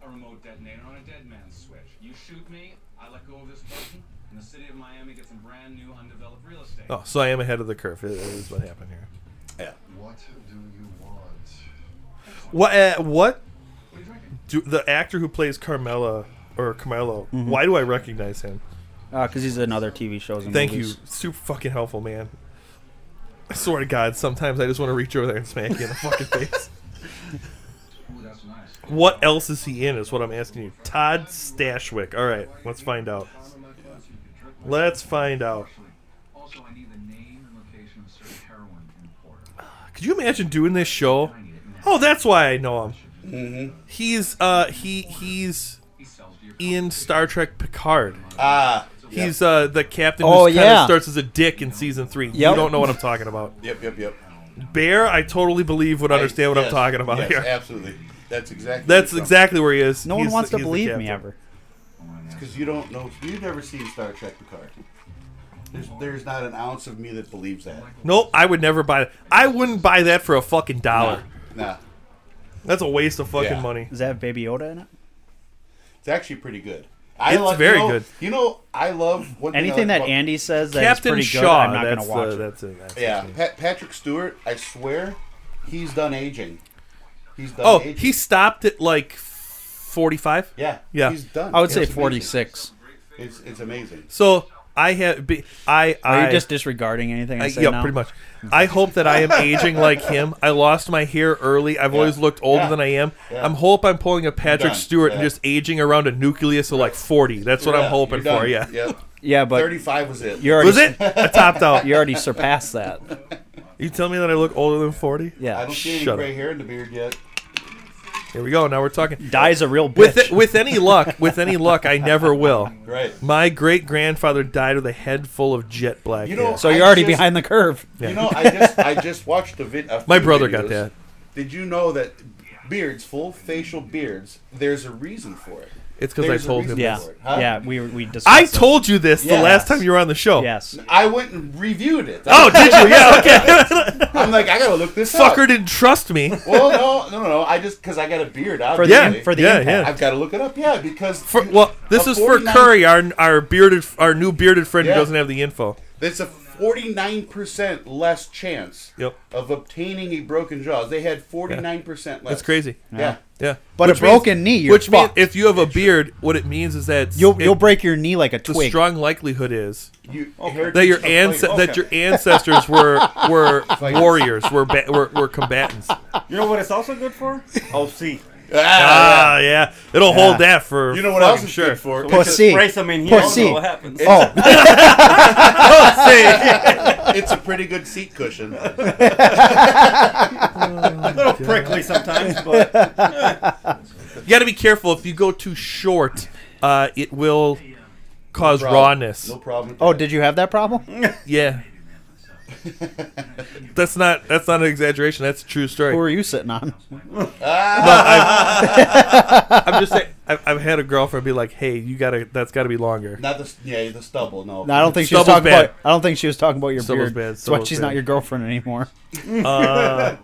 E: A remote detonator on a dead man's switch. You shoot me, I let go of this button, and the city of Miami gets some brand new undeveloped real estate.
A: Oh, so I am ahead of the curve. It- it is what happened here.
C: Yeah.
E: What do you want?
A: What? Uh, what?
E: What are you drinking?
A: Do, the actor who plays Carmela or Carmelo? Why do I recognize him?
B: Because Uh, he's in other TV shows and
A: Thank
B: movies.
A: you. Super fucking helpful, man. I swear to God, sometimes I just want to reach over there and smack you in the fucking face.
E: Ooh, that's nice.
A: What else is he in? Is what I'm asking you. Todd Stashwick. All right, let's find out. Let's find out.
E: Also, I need the name and location of certain heroin importer.
A: Could you imagine doing this show
E: I need it now.
A: Oh, that's why I know him.
C: Mm-hmm.
A: He's uh he he's
E: He sells to your
A: in Star Trek Picard.
C: Ah. yep.
A: He's uh the captain
G: Oh,
A: who
G: yeah.
A: starts as a dick in season three. You
G: Yep.
A: don't know what I'm talking about.
C: Yep. Yep. Yep.
A: Bear, I totally believe would understand what
C: Yes,
A: I'm talking about
C: yes,
A: here.
C: Absolutely. That's exactly.
A: That's exactly where he is.
B: No one
A: He's
B: wants
A: the-
B: to
A: he's the
B: believe me
A: captain.
B: ever.
C: because you don't know. You've never seen Star Trek Picard. There's there's not an ounce of me that believes that.
A: Nope, I would never buy that. I wouldn't buy that for a fucking dollar.
C: Nah.
A: That's a waste of fucking
C: Yeah.
A: money.
B: Does that have Baby Yoda in it?
C: It's actually pretty good. I
A: It's
C: love-
A: very
C: you know,
A: good.
C: You know, I love one thing I
B: Anything
C: like
B: that
C: about-
B: Andy says that's
A: Captain
B: pretty good,
A: Shaw.
B: I'm not going
A: that's
B: to watch
A: the,
B: it.
A: That's it. That's
C: Yeah,
A: it.
C: Pat, Patrick Stewart. I swear, he's done aging. He's done.
A: Oh,
C: aging.
A: he stopped at like 45.
C: yeah,
A: Yeah.
C: He's done.
G: I would say
C: It's amazing.
G: 46.
C: It's it's amazing.
A: So I have. be- I
G: Are
A: I
G: you just disregarding anything I,
A: I-
G: say
A: yeah,
G: now?
A: pretty much. I hope that I am aging like him. I lost my hair early. I've always looked older
C: Yeah.
A: than I am.
C: Yeah.
A: I'm hope I'm pulling a Patrick
C: done.
A: Stewart and
C: Yeah.
A: just aging around a nucleus of like 40. That's what
C: Yeah,
A: I'm hoping
C: you're done.
A: for. Yeah.
C: Yep.
G: Yeah, but
C: Thirty-five was it.
G: you're already,
A: Was it? I topped out.
G: You already surpassed that.
A: You tell me that I look older than 40?
C: I
G: Yeah.
C: don't see any
A: Shut
C: gray
A: up.
C: hair in the beard yet.
A: Here we go. Now we're talking.
B: Die's a real bitch.
A: With with any luck, with any luck, I never will.
C: Right.
A: My great grandfather died with a head full of jet black
C: You know,
A: hair.
G: So
C: I
G: you're already
C: just-
G: behind the curve.
A: Yeah.
C: You know, I just I just watched a vid. a
A: My
C: few
A: brother got
C: videos.
A: that.
C: Did you know that beards, full facial beards, there's a reason for it.
A: It's because I
C: There's a
A: told
C: reason
A: him.
C: for
A: this.
B: yeah,
C: Lord, huh?
B: yeah, we we discussed.
A: I
B: it.
A: told you this the
C: Yes.
A: last time you were on the show.
B: Yes,
C: I went and reviewed it.
A: Oh, did you? Yeah. Okay.
C: I'm like, I gotta look this up.
A: Fucker didn't trust me.
C: Well, no, no, no. I just because I got a beard.
B: for the
C: Obviously.
A: Yeah,
B: for the
A: yeah,
B: impact.
A: yeah.
C: I've got to look it up. Yeah, because
A: For,
C: you-
A: well, this
C: a
A: is for
C: 49
A: Curry, our our bearded, our new bearded friend
C: Yeah.
A: who doesn't have the info.
C: It's a forty-nine percent less chance
A: Yep,
C: of obtaining a broken jaw. They had forty-nine percent less.
A: that's crazy.
C: Yeah.
A: Yeah,
G: But
A: Which
G: a
A: means-
G: broken knee, you're
A: which means
G: fucked.
A: if you have a beard, what it means is that it's-
G: You'll
A: it-
G: you'll break your knee like a
A: The
G: twig.
A: strong likelihood is
C: You,
A: that your ance-
C: heritage of
A: that your ancestors were were warriors, were, ba- were were combatants.
C: Oh,
D: You know what it's also good for? Oh, see.
C: flavor. Ah,
A: Ah, yeah, it'll hold that for
C: You know what else is
A: sure.
C: good for?
G: Pussy.
C: It's
D: Race them in here. I don't
G: Pussy.
D: know what happens.
G: Oh,
C: a, it's a pretty good seat cushion.
D: A little prickly sometimes, but
A: You got to be careful if you go too short, uh, it will cause rawness.
C: No problem.
G: oh, did you have that problem?
A: Yeah. that's not that's not an exaggeration. That's a true story.
G: Who were you sitting on?
A: I'm just saying. I've, I've had a girlfriend be like, "Hey, you gotta. That's gotta be longer."
C: Not the yeah the stubble. No,
G: No, I don't think she was
A: Stubble's
G: talking
A: bad.
G: about. I don't think she was talking about your
A: Stubble's
G: beard.
A: bad,
G: That's why
A: Stubble's
G: she's
A: bad.
G: not your girlfriend anymore.
A: Uh,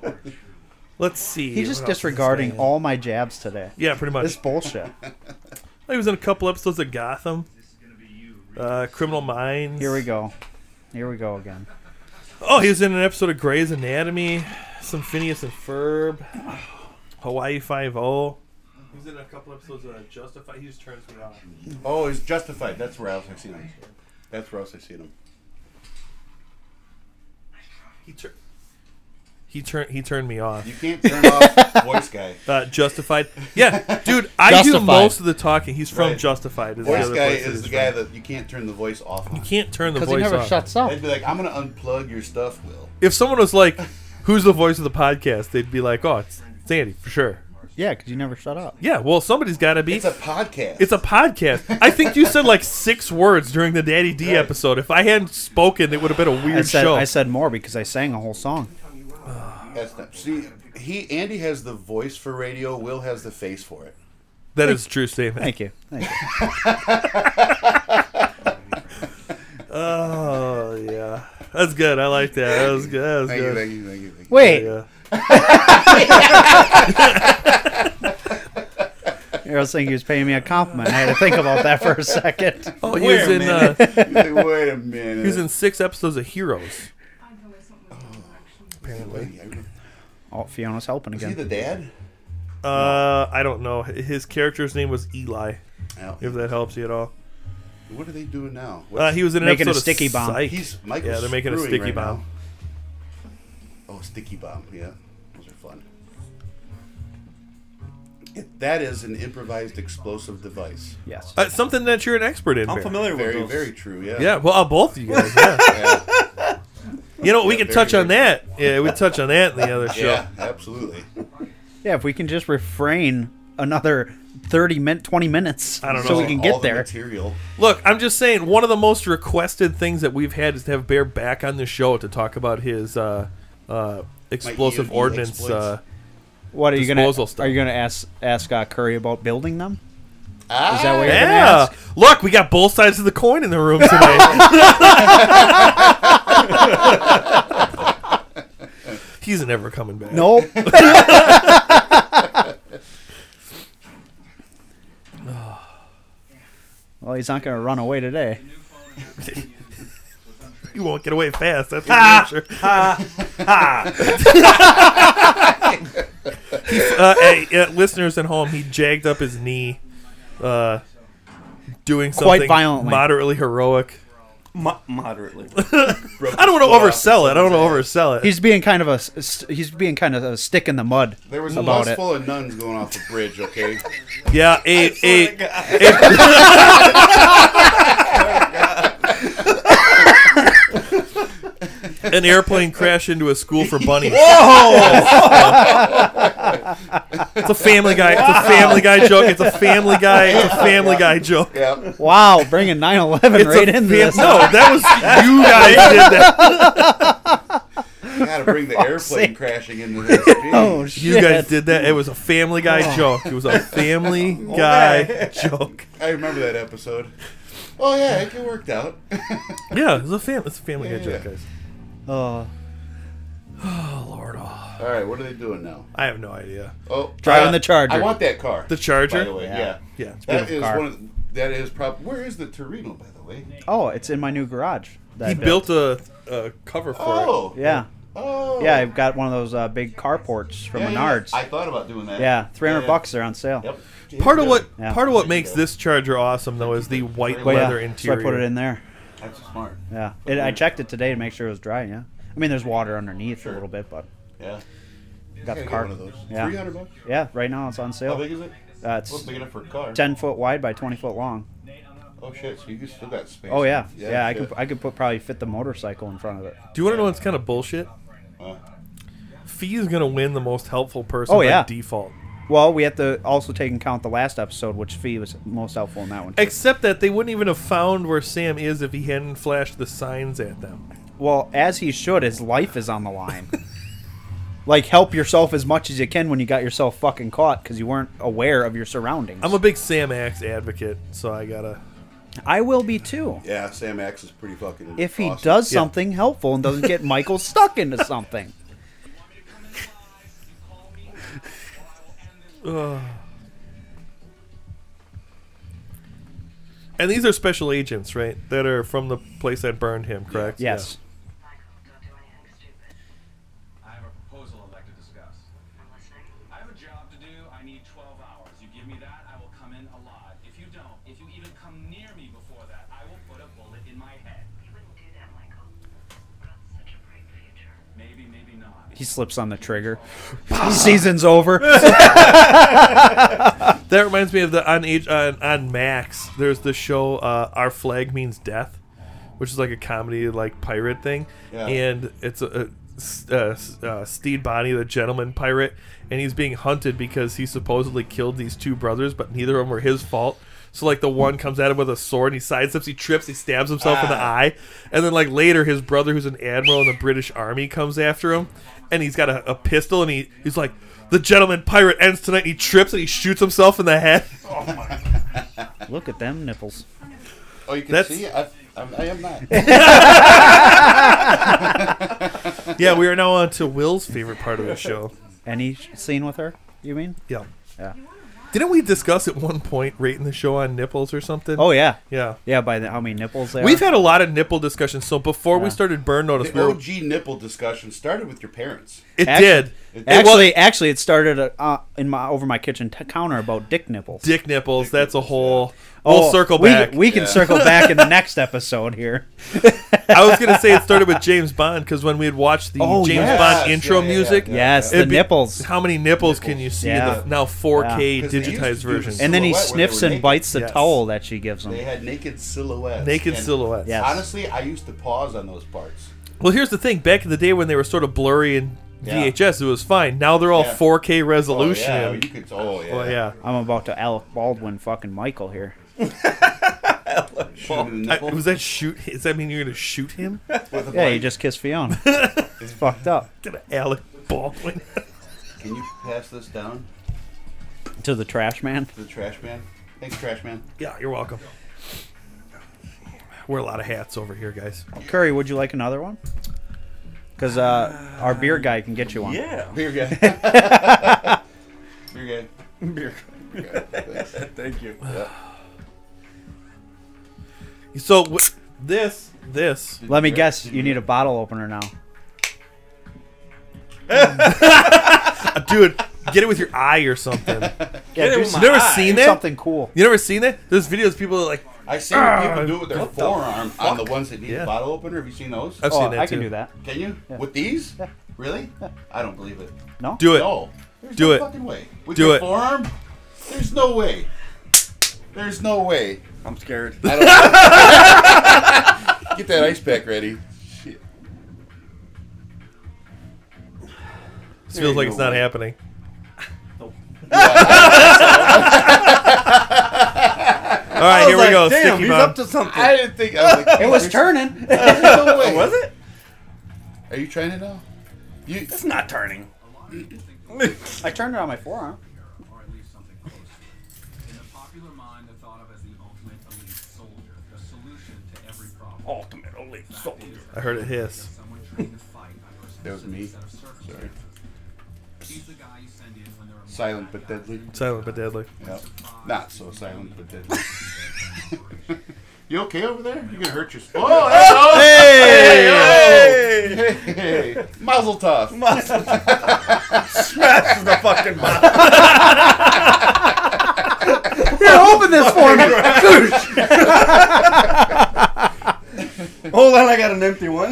A: let's see.
G: He's just
A: what else is
G: disregarding
A: there?
G: all my jabs today.
A: Yeah, pretty much.
G: This bullshit.
A: He was in a couple episodes of Gotham, uh, Criminal Minds.
G: Here we go. Here we go again.
A: Oh, he was in an episode of Grey's Anatomy, some Phineas and Ferb, Hawaii Five O. He was in a couple episodes of Justified. He just turns me off.
C: Oh, it's justified. That's where else I've seen him. That's where else I've seen him.
A: He turned. He turned. He turned me off.
C: You can't turn off voice guy.
A: Uh, Justified. Yeah, dude, I do
G: Justified.
A: most of the talking. He's from
C: Right.
A: Justified. Is the
C: Voice
A: other
C: guy
A: place that
C: is
A: he's
C: the
A: from.
C: guy that you can't turn the voice off. On.
A: You can't turn the
G: Because he
A: voice
G: never
A: off.
G: shuts up.
C: They'd be like, I'm gonna unplug your stuff, Will.
A: If someone was like, "Who's the voice of the podcast?" They'd be like, "Oh, it's Sandy for sure."
G: Yeah, because you never shut up.
A: Yeah, well, somebody's got to be.
C: It's a podcast.
A: It's a podcast. I think you said like six words during the Daddy D episode. If I hadn't spoken, it would have been a
G: I
A: weird
G: said
A: show.
G: I said more because I sang a whole song.
C: That's not, see, he Andy has the voice for radio. Will has the face for it.
A: that is a true statement.
G: Thank you. Thank you.
A: Oh yeah, that's good. I like that. That was good. That was good.
C: you, thank you, thank you.
G: Wait,
A: Yeah.
G: I was thinking he was paying me a compliment. I had to think about that for a second.
A: Oh, he was in. Uh,
C: Wait, wait a minute.
A: he was in six episodes of Heroes.
C: Wait, I-
G: Oh, Fiona's helping
C: Is he the
G: again.
C: dad?
A: Uh, I don't know. His character's name was Eli.
C: No.
A: If that helps you at all.
C: What are they doing now?
A: Uh, he was in an
G: Making a
A: episode
G: sticky
A: of
G: bomb.
A: Psych.
C: He's Michael.
A: yeah, they're making a
C: Screwing
A: sticky
C: right
A: bomb.
C: now. Oh, sticky bomb. Yeah, those are fun. It- that is an improvised explosive device.
G: Yes.
A: Uh, something that you're an expert in.
D: I'm
A: Bear.
D: familiar with
C: Very,
D: those.
C: very true. Yeah.
A: Yeah, well, uh, both of you guys. Yeah.
C: Yeah.
A: You know, we
C: Yeah,
A: can
C: very
A: touch on
C: good.
A: that. Yeah, we touch on that in the other show.
C: Yeah, absolutely.
B: Yeah, if we can just refrain another 30 min 20 minutes
A: I don't
B: so
A: know.
B: we can
C: All
B: get
C: the
B: there.
C: Material.
A: Look, I'm just saying one of the most requested things that we've had is to have Bear back on the show to talk about his uh, uh, explosive
C: EOD
A: ordnance.
C: exploits.
A: Uh,
B: What are you going
A: Disposal
B: to
A: stuff.
B: Are you going to ask ask uh, Curry about building them?
C: Ah,
B: Is that what you're going to
A: yeah,
B: ask?
A: look, we got both sides of the coin in the room tonight. He's never coming back.
B: Nope. well, he's not going to run away today.
E: New phone app is the end. What's on trade?
A: you won't get away fast. That's for damn sure. He- uh, hey, uh, listeners at home, he jagged up his knee, uh, doing something
B: Quite violently.
A: moderately heroic.
D: Mo- moderately. Oh
C: broke
A: I don't want to
C: his foot off
A: oversell it. I
C: someone's
A: don't want
C: ass.
A: to oversell it.
B: He's being kind of a s- s- he's being kind of a stick in the mud.
C: There was a
B: about
C: bus
B: it.
C: full of nuns going off a bridge. Okay,
A: yeah, a,
D: Swear to
A: a,
D: God.
A: an airplane crashed into a school for bunnies. it's a Family Guy. It's a Family Guy joke. It's a Family Guy. It's a Family Guy joke.
C: yeah.
B: Wow, bringing 9/11
A: It's
B: right
A: a
B: into
A: fam-
B: this.
A: No, that was you guys did that.
C: Gotta bring the airplane crashing into this. Jeez.
B: Oh shit!
A: You guys did that. It was a Family Guy
B: Oh.
A: joke. It was a Family Guy joke.
C: I remember that episode. Oh yeah, it worked out.
A: Yeah, it's a fam. It's a Family Guy
C: Yeah,
A: joke,
C: yeah.
A: guys.
B: Oh,
A: Oh Lord, oh.
C: All right, what are they doing now?
A: I have no idea.
C: Oh,
B: Driving
C: uh,
B: the Charger.
C: I want that car.
A: The
C: By the
A: Charger.
C: way, yeah,
A: Yeah.
C: that is
B: car.
C: one. Of, that is probably. Where is the Torino, by the way?
B: oh, it's in my new garage. that I
A: He built a, a cover for
C: Oh,
B: Yeah,
C: Oh,
B: yeah. I've got one of those uh, big carports from
C: Yeah, yeah,
B: Menards.
C: I thought about doing that.
B: Yeah, 300
C: yeah.
B: bucks. They're on sale.
C: Yep.
A: it. Part of what
B: Yeah.
A: part of what makes this Charger awesome though is the white
C: Well,
B: But
A: leather
B: yeah,
A: interior.
B: So I put it in there.
C: That's smart.
B: Yeah, it, I checked it today to make sure it was dry. Yeah, I mean there's water underneath a little bit, but
C: Yeah.
B: got
C: Gotta
B: the
C: get
B: car.
C: One of those.
B: Yeah.
C: 300 bucks.
B: yeah, right now it's on
C: How
B: sale.
C: big is it?
B: Uh,
C: Well, it's
B: it's
C: big enough for a car.
B: 10 foot wide by 20 foot long.
C: Oh shit! So you just still got space.
B: Oh yeah, yeah. I
C: shit.
B: could I could put probably fit the motorcycle in front of it.
A: Do you want to know what's kind of bullshit?
C: Uh,
A: Fee is gonna win the most helpful person
B: Oh,
A: by
B: yeah.
A: default.
B: Well, we have to also take in count the last episode, which Fee was most helpful in that one. too.
A: Except that they wouldn't even have found where Sam is if he hadn't flashed the signs at them.
B: Well, as he should, his life is on the line. like, help yourself as much as you can when you got yourself fucking caught because you weren't aware of your surroundings.
A: I'm a big Sam Axe advocate, so I gotta.
B: I will be too.
C: yeah. Sam Axe is pretty fucking.
B: If he
C: awesome.
B: does
A: Yeah.
B: something helpful and doesn't get Michael stuck into something.
A: And these are special agents, right? That are from the place that burned him, correct?
B: Yes.
H: Michael, don't do anything stupid.
E: I have a proposal I'd like to discuss.
H: I'm listening.
E: I have a job to do. I need 12 hours. You give me that, I will come in alive. If you don't, if you even come near me before that, I will put a bullet in my head.
H: You wouldn't do that, Michael. Not such a bright future.
E: Maybe, maybe not.
B: He slips on the trigger. Season's over.
A: Yeah. That reminds me of the on age on, on Max. There's the show uh, "Our Flag Means Death," which is like a comedy like pirate thing,
C: Yeah.
A: and it's a. a S- uh, S- uh, Steed Bonnie, the gentleman pirate, and he's being hunted because he supposedly killed these two brothers, but neither of them were his fault. So, like, the one comes at him with a sword, and he sidesteps, he trips, he stabs himself in the eye, and then, like, later, his brother, who's an admiral in the British Army, comes after him, and he's got a, a pistol, and he, he's like, "The gentleman pirate ends tonight." And he trips and he shoots himself in the head.
B: Look at them nipples.
C: Oh, you can
A: That's-
C: see. I, I'm, I am not.
A: yeah, we are now on to Will's favorite part of the show.
B: Any sh- scene with her, you mean?
A: Yeah.
B: Yeah.
A: Didn't we discuss at one point rating the show on nipples or something?
B: Oh, yeah.
A: yeah.
B: Yeah, by the, how many nipples there
A: We've
B: are.
A: had a lot of nipple discussions. So before we started Burn Notice, we
C: The
A: were,
C: OG nipple discussion started with your parents.
A: it
B: Actu-
A: did. It was
B: Actually, actually, it started uh, in my over my kitchen t- counter about dick nipples.
A: dick nipples. That's a whole. We'll circle
B: Oh, we-
A: back.
B: We, can circle back in the next episode here.
A: I was gonna say it started with James Bond because when we had watched the
B: Oh,
A: James
B: yes.
A: Bond
C: Yeah,
A: intro
C: yeah, yeah,
A: music,
C: yeah.
B: Yes,
A: it'd
B: the
A: be-
B: nipples.
A: How many nipples, can you see in
B: Yeah.
A: the now 4K
C: 'Cause they used to do
A: digitized
C: the
A: version?
C: same
B: And then he
C: Silhouette where they
B: sniffs
C: were
B: and
C: naked.
B: bites the
A: Yes.
B: towel that she gives him.
C: They had naked silhouettes.
A: Naked
C: and
A: silhouettes.
B: Yes.
C: Honestly, I used to pause on those parts.
A: Well, here's the thing. Back in the day when they were sort of blurry and
C: Yeah.
A: VHS, it was fine. Now they're all
C: Yeah.
A: 4K
C: Oh,
A: resolution.
C: yeah, you could. Oh yeah.
A: Oh, yeah.
B: I'm about to Alec Baldwin fucking Michael here.
C: Shoot him in the
A: I,
C: nipple.
A: was that shoot? Does that mean you're gonna shoot him?
C: With a
B: Yeah, you
C: blank.
B: just kissed Fiona. it's fucked up.
A: Gonna Alec Baldwin.
C: Can you pass this down
B: To the trash man.
C: to the trash man? Thanks, trash man.
A: yeah, you're welcome. Wear a lot of hats over here, guys.
B: Curry, would you like another one? Because uh, our beer guy can get you one.
D: Yeah.
C: Beer guy. Beer
D: Beer.
C: guy. Beer guy. Thanks.
D: Thank you.
A: So w- this, this.
B: Let me guess, you need a bottle opener now.
A: dude, get it with your eye or something.
D: Get it
B: do
D: with
A: You
D: my
A: never
D: eye.
A: seen that?
B: Something cool.
A: You never seen that? There's videos people that, like
C: I seen people do it with their
A: What the
C: forearm on Ah, the Uh, ones that need
A: Yeah.
C: a bottle opener. Have you seen those?
A: I've
B: Oh,
A: seen that
B: I
A: too.
B: can do that.
C: Can you? With these? Really? I don't believe it.
B: No?
A: Do it.
C: No. There's
A: Do
C: no
A: it.
C: fucking way. With
A: Do
C: your
A: it.
C: forearm? There's no way. There's no way.
D: I'm scared.
C: I don't Get that ice pack ready. Shit.
A: This feels like
D: you
A: it's
D: go.
A: not happening. All right, here we go.
D: Damn,
A: Sticky
D: he's
A: bomb.
D: up to something.
C: I didn't think. I was like,
B: It was turning.
C: there's no way.
D: was it?
C: Are you trying it now? You.
D: It's not turning.
B: I turned it on my forearm.
E: or at least something close to it. In the popular mind, they're thought of as the ultimate elite soldier, the solution to every problem.
A: Oh.
D: Ultimate elite soldier.
A: I heard it hiss.
E: Someone trained to fight under a
C: That was
E: specific
C: me.
E: set of circumstances. He's the guy you send in when there are
C: Silent but deadly.
A: Silent but deadly.
C: Yep. Not so silent but deadly. you okay over there? You're gonna hurt yourself. Oh,
D: Hey!
C: hey, hey, Mazel tov.
D: Smash the fucking bottle.
B: Here, open this for me.
D: Hold on, Oh, I got an empty one.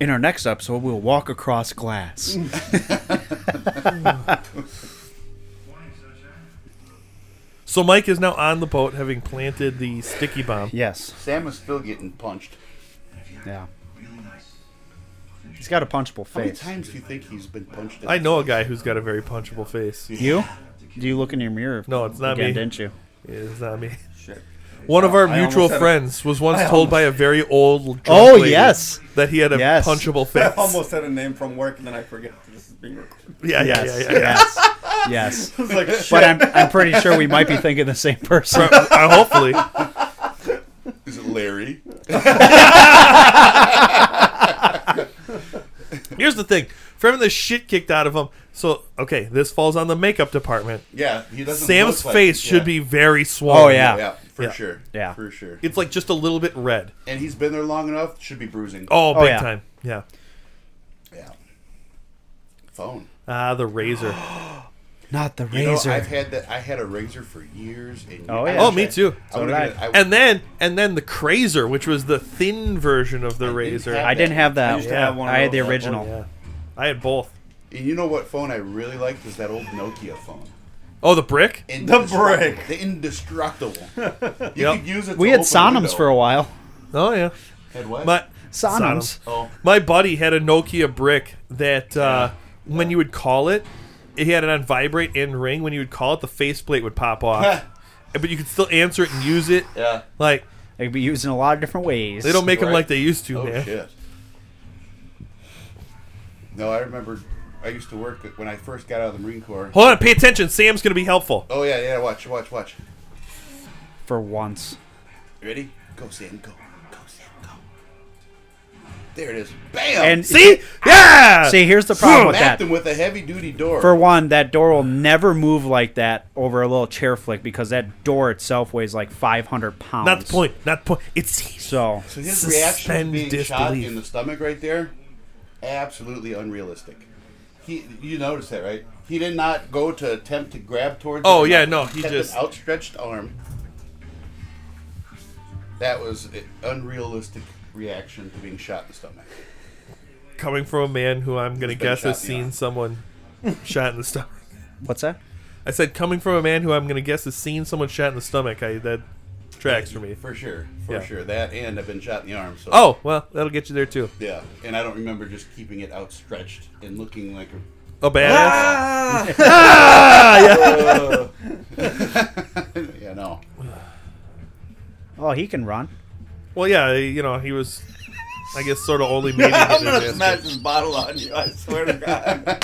B: In our next episode, we'll walk across glass.
A: So Mike is now on the boat, having planted the sticky bomb.
B: yes.
C: Sam is still getting punched.
B: Yeah. He's got a punchable
C: How many
B: face.
C: times do you think he's been punched?
A: I know a guy who's got a very punchable face.
B: You? Do you look in your mirror?
A: No, it's not
B: again,
A: me.
B: didn't you?
A: It's not me.
D: Shit.
A: One of our
D: I
A: mutual
D: almost had a-
A: friends was once
D: I
A: told
D: almost-
A: by a very old drunk
B: Oh,
A: lady
B: yes.
A: that he had a
B: Yes.
A: punchable
D: I
A: face.
D: almost had a name from work and then I forget that this is being recorded.
A: Yeah, yeah, yeah,
B: Yes.
A: yeah. yeah.
B: Yes. yes.
D: It's like, shit.
B: But I'm, I'm pretty sure we might be thinking the same person.
A: Uh, hopefully.
C: Is it Larry?
A: Here's the thing: for having the shit kicked out of him. So okay, this falls on the makeup department.
C: Yeah, he doesn't.
A: Sam's
C: look like-
A: face
C: yeah.
A: should be very swollen.
B: Oh, yeah.
C: Yeah, for
A: Yeah.
C: sure.
B: Yeah.
C: for sure.
A: it's like just a little bit red.
C: And he's been there long enough. Should be bruising.
A: Oh, big
B: yeah.
A: time. Yeah.
C: yeah. Phone.
A: Ah, the razor.
B: Not the
C: You know,
B: razor.
C: I've had that. I had a razor for years. And
B: Oh,
C: years.
B: yeah.
A: oh, me too.
C: I wanna
B: did
C: get it. I-
A: And then, and then the crazer, which was the thin version of the razor.
C: have
B: I didn't have that. I,
D: used to have one of
B: had the
D: those.
C: Oh,
B: original.
A: yeah. I had both.
C: And you know what phone I really liked was that old Nokia phone.
A: Oh, the brick.
C: Indestructible.
D: brick.
C: The indestructible. You
A: Yep.
C: could use it.
B: We had Sonams for a while.
A: Oh yeah.
C: Had what?
A: My
B: Sonams.
C: oh,
A: my buddy had a Nokia brick that uh, when you would call it, he had it on vibrate and ring. When you would call it, the faceplate would pop off, but you could still answer it and use it.
C: yeah.
A: Like
B: They could be used in a lot of different ways.
A: they don't make them
C: Right.
A: like they used to,
C: Oh
A: man.
C: shit. No, I remember. I used to work when I first got out of the Marine Corps.
A: Hold on, pay attention. Sam's gonna be helpful.
C: Oh yeah, yeah. Watch, watch, watch.
B: For once.
C: Ready? Go, Sam. Go. Go, Sam. Go. There it is. Bam.
B: And
A: Oh, See? Yeah.
B: see, here's the problem with
C: smacked
B: that.
C: him with a heavy duty door.
B: For one, that door will never move like that over a little chair flick because that door itself weighs like 500 pounds.
A: Not the point. Not the point. It's
B: So,
C: so his reaction to
A: Suspend
C: being shot
A: disbelief.
C: in the stomach right there, absolutely unrealistic. He, you noticed that, right? He did not go to attempt to grab towards.
A: Oh,
C: him.
A: yeah, no, he
C: Kept
A: just-
C: an outstretched arm. That was an unrealistic reaction to being shot in the stomach.
A: coming from a man who I'm gonna
C: been
A: guess
C: shot
A: has seen
C: in the eye.
A: someone shot in the stomach.
B: what's that?
A: I said coming from a man who I'm gonna guess has seen someone shot in the stomach. I that tracks for me.
C: For sure, for
A: Yeah.
C: sure. That and I've been shot in the arm. So
A: Oh, well, that'll get you there too.
C: yeah, and I don't remember just keeping it outstretched and looking like a.
A: A
C: Ah!
A: badass.
C: yeah, no.
B: Oh, he can run.
A: Well, yeah, you know, he was, I guess, sort of only made.
D: I'm gonna smash this bottle on you. I swear to God.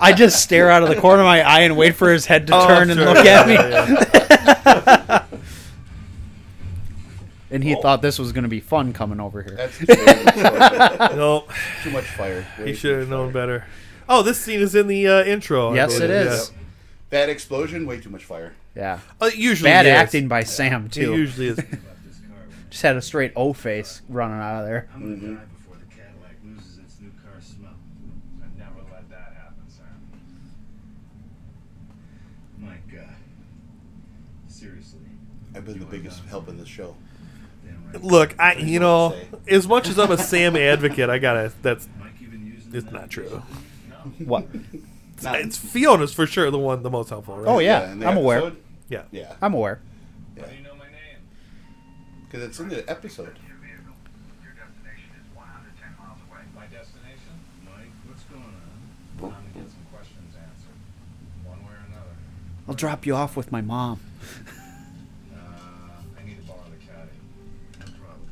G: I just stare out of the corner of my eye and wait for his head to
A: Oh,
G: turn and
A: sure.
G: look at me.
A: Yeah, yeah.
B: And he thought this was going to be fun coming over here.
C: That's too
A: no,
C: much fire.
A: he should have known better. Oh, this scene is in the uh, intro. I
G: Yes, it
A: believe, yeah.
G: is.
C: That explosion, way too much fire.
G: Yeah.
A: Uh, it usually
G: Bad
A: is.
G: acting by Sam,
A: It
G: too.
A: usually is.
G: Just had a straight O face running out of there.
F: I'm gonna die before the Cadillac loses its new car smell. I never let that happen, Sam. My God. Seriously.
C: I've been the biggest help in this show.
F: Damn right.
A: Look, I you know,
C: Pretty much
A: as much as I'm a Sam advocate, I gotta. That's
F: Mike, you've been using
A: it's
F: that-
A: not true.
B: What?
C: Not-
A: It's Fiona's for sure the one the most helpful. Right?
B: Oh, yeah.
C: in
B: I'm
C: the
B: aware.
C: episode?
A: yeah.
C: Yeah,
B: I'm aware.
E: How do you know my name?
C: because it's in the episode.
H: Your vehicle. Your destination is 110 miles away.
E: My destination? Mike, what's going on? Time to get some questions answered. One way or another.
B: I'll drop you off with my mom.
E: Uh, I need to borrow the caddy. No problem.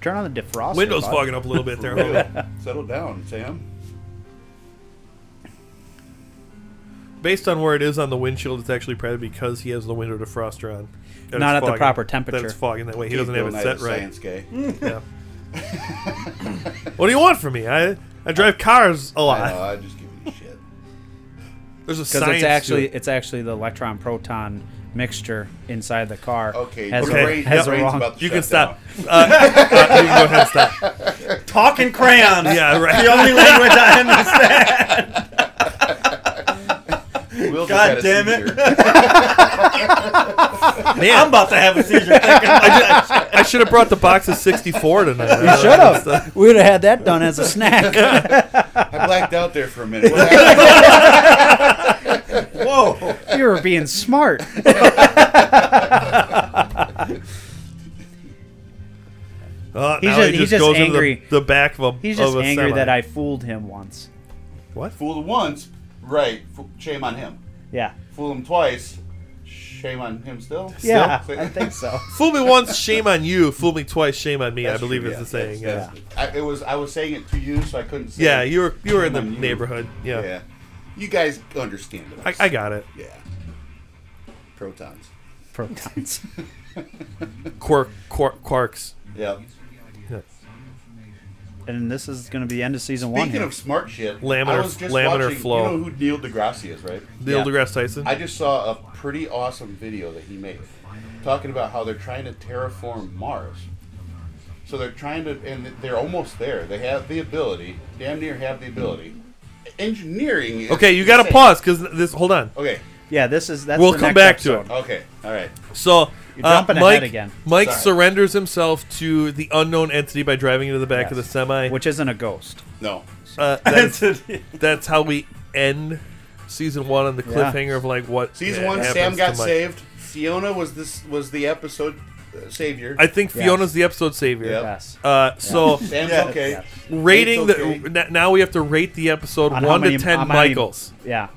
B: Turn on the defroster.
A: Windows
B: bud.
A: fogging up a little bit there. homie.
C: Settle down, Sam.
A: Based on where it is on the windshield, it's actually probably because he has the window defroster on. That
G: Not
A: it's
G: at the
A: fogging-
G: proper
A: That
G: temperature.
A: it's fogging that way. He
C: Keith
A: doesn't have it
C: Bill Nye,
A: set
C: the
A: right.
C: Science guy.
B: Mm.
A: Yeah. what do you want from me? I I drive cars a
C: I know,
A: lot.
C: I just give you shit.
A: There's a
B: Because
A: science.
B: it's
A: to
B: actually
A: it.
B: it's actually the electron proton mixture inside the car.
C: Okay,
B: has
A: okay,
B: a,
A: brain- yep.
B: has a
A: brain's
B: wrong.
C: about to
A: You can
C: shut
A: stop.
C: down.
A: Uh, uh, you can go ahead and stop.
D: Talking crayons.
A: Yeah,
D: The
A: right.
D: only language I understand.
C: Will just
D: God
C: had a
D: damn it.
C: seizure.
A: Man,
D: I'm about to have a seizure. Thinking
A: I should have brought the box of 64 tonight. Uh,
B: You should have. We would have had that done as a snack.
C: I blacked out there for a minute. What happened?
D: Whoa.
B: you were being smart.
A: Uh,
B: He's
A: now
B: just-
A: he
B: he's
A: just
B: just
A: goes into
B: angry.
A: the, the back of a
B: He's just
A: of a
B: angry
A: semi.
B: that I fooled him once.
A: What?
C: Fooled once, right? F- shame on him.
B: Yeah.
C: Fool him twice, shame on him still.
B: Yeah,
C: Still?
B: I think so.
A: Fool me once, shame on you. Fool me twice, shame on me. I
C: That's
A: believe
C: true,
A: is the
C: yeah.
A: saying. Yeah.
C: That's- that's- I, it was. I was saying it to you, so I couldn't. Say
A: yeah,
C: it.
A: you were you were in the
C: Shame on you.
A: neighborhood. Yeah.
C: Yeah. You guys understand it.
A: I, I got it.
C: yeah. Protons.
B: Protons.
A: Quark, quark quarks.
C: Yeah.
B: And this is going to be the end of season one.
C: Speaking
B: Here.
C: of smart shit,
A: Laminar-
C: I was just
A: laminar
C: watching,
A: flow.
C: You know who Neil deGrasse is, right?
A: Neil
B: Yeah.
A: deGrasse Tyson.
C: I just saw a pretty awesome video that he made talking about how they're trying to terraform Mars. So they're trying to, and they're almost there. They have the ability, damn near have the ability. Engineering. Is
A: okay, you got to
C: insane.
A: pause because this. Hold on.
C: Okay,
B: yeah, this is that's.
A: We'll
B: the
A: come
B: next
A: back to
B: episode.
C: okay, all right.
A: So
B: You're
A: uh,
B: jumping
A: Mike
B: ahead again.
A: Mike
C: Sorry.
A: surrenders himself to the unknown entity by driving into the back of the
B: Yes.
A: semi.
B: which isn't a ghost.
C: No,
A: uh, that's, that's how we end season one on the
B: Yeah.
A: cliffhanger of like what
C: season
A: uh,
C: one, Sam
A: happens
C: got
A: to Mike.
C: saved. Fiona was this was the episode uh, savior.
A: I think Fiona's the episode savior.
C: Yep.
B: Yes.
A: Uh, so
C: Sam's okay.
B: Yes.
A: rating
C: It's okay.
A: the n- now we have to rate the episode
B: On how
A: one
B: many-
A: to ten
B: how many-
A: Michaels.
B: Yeah.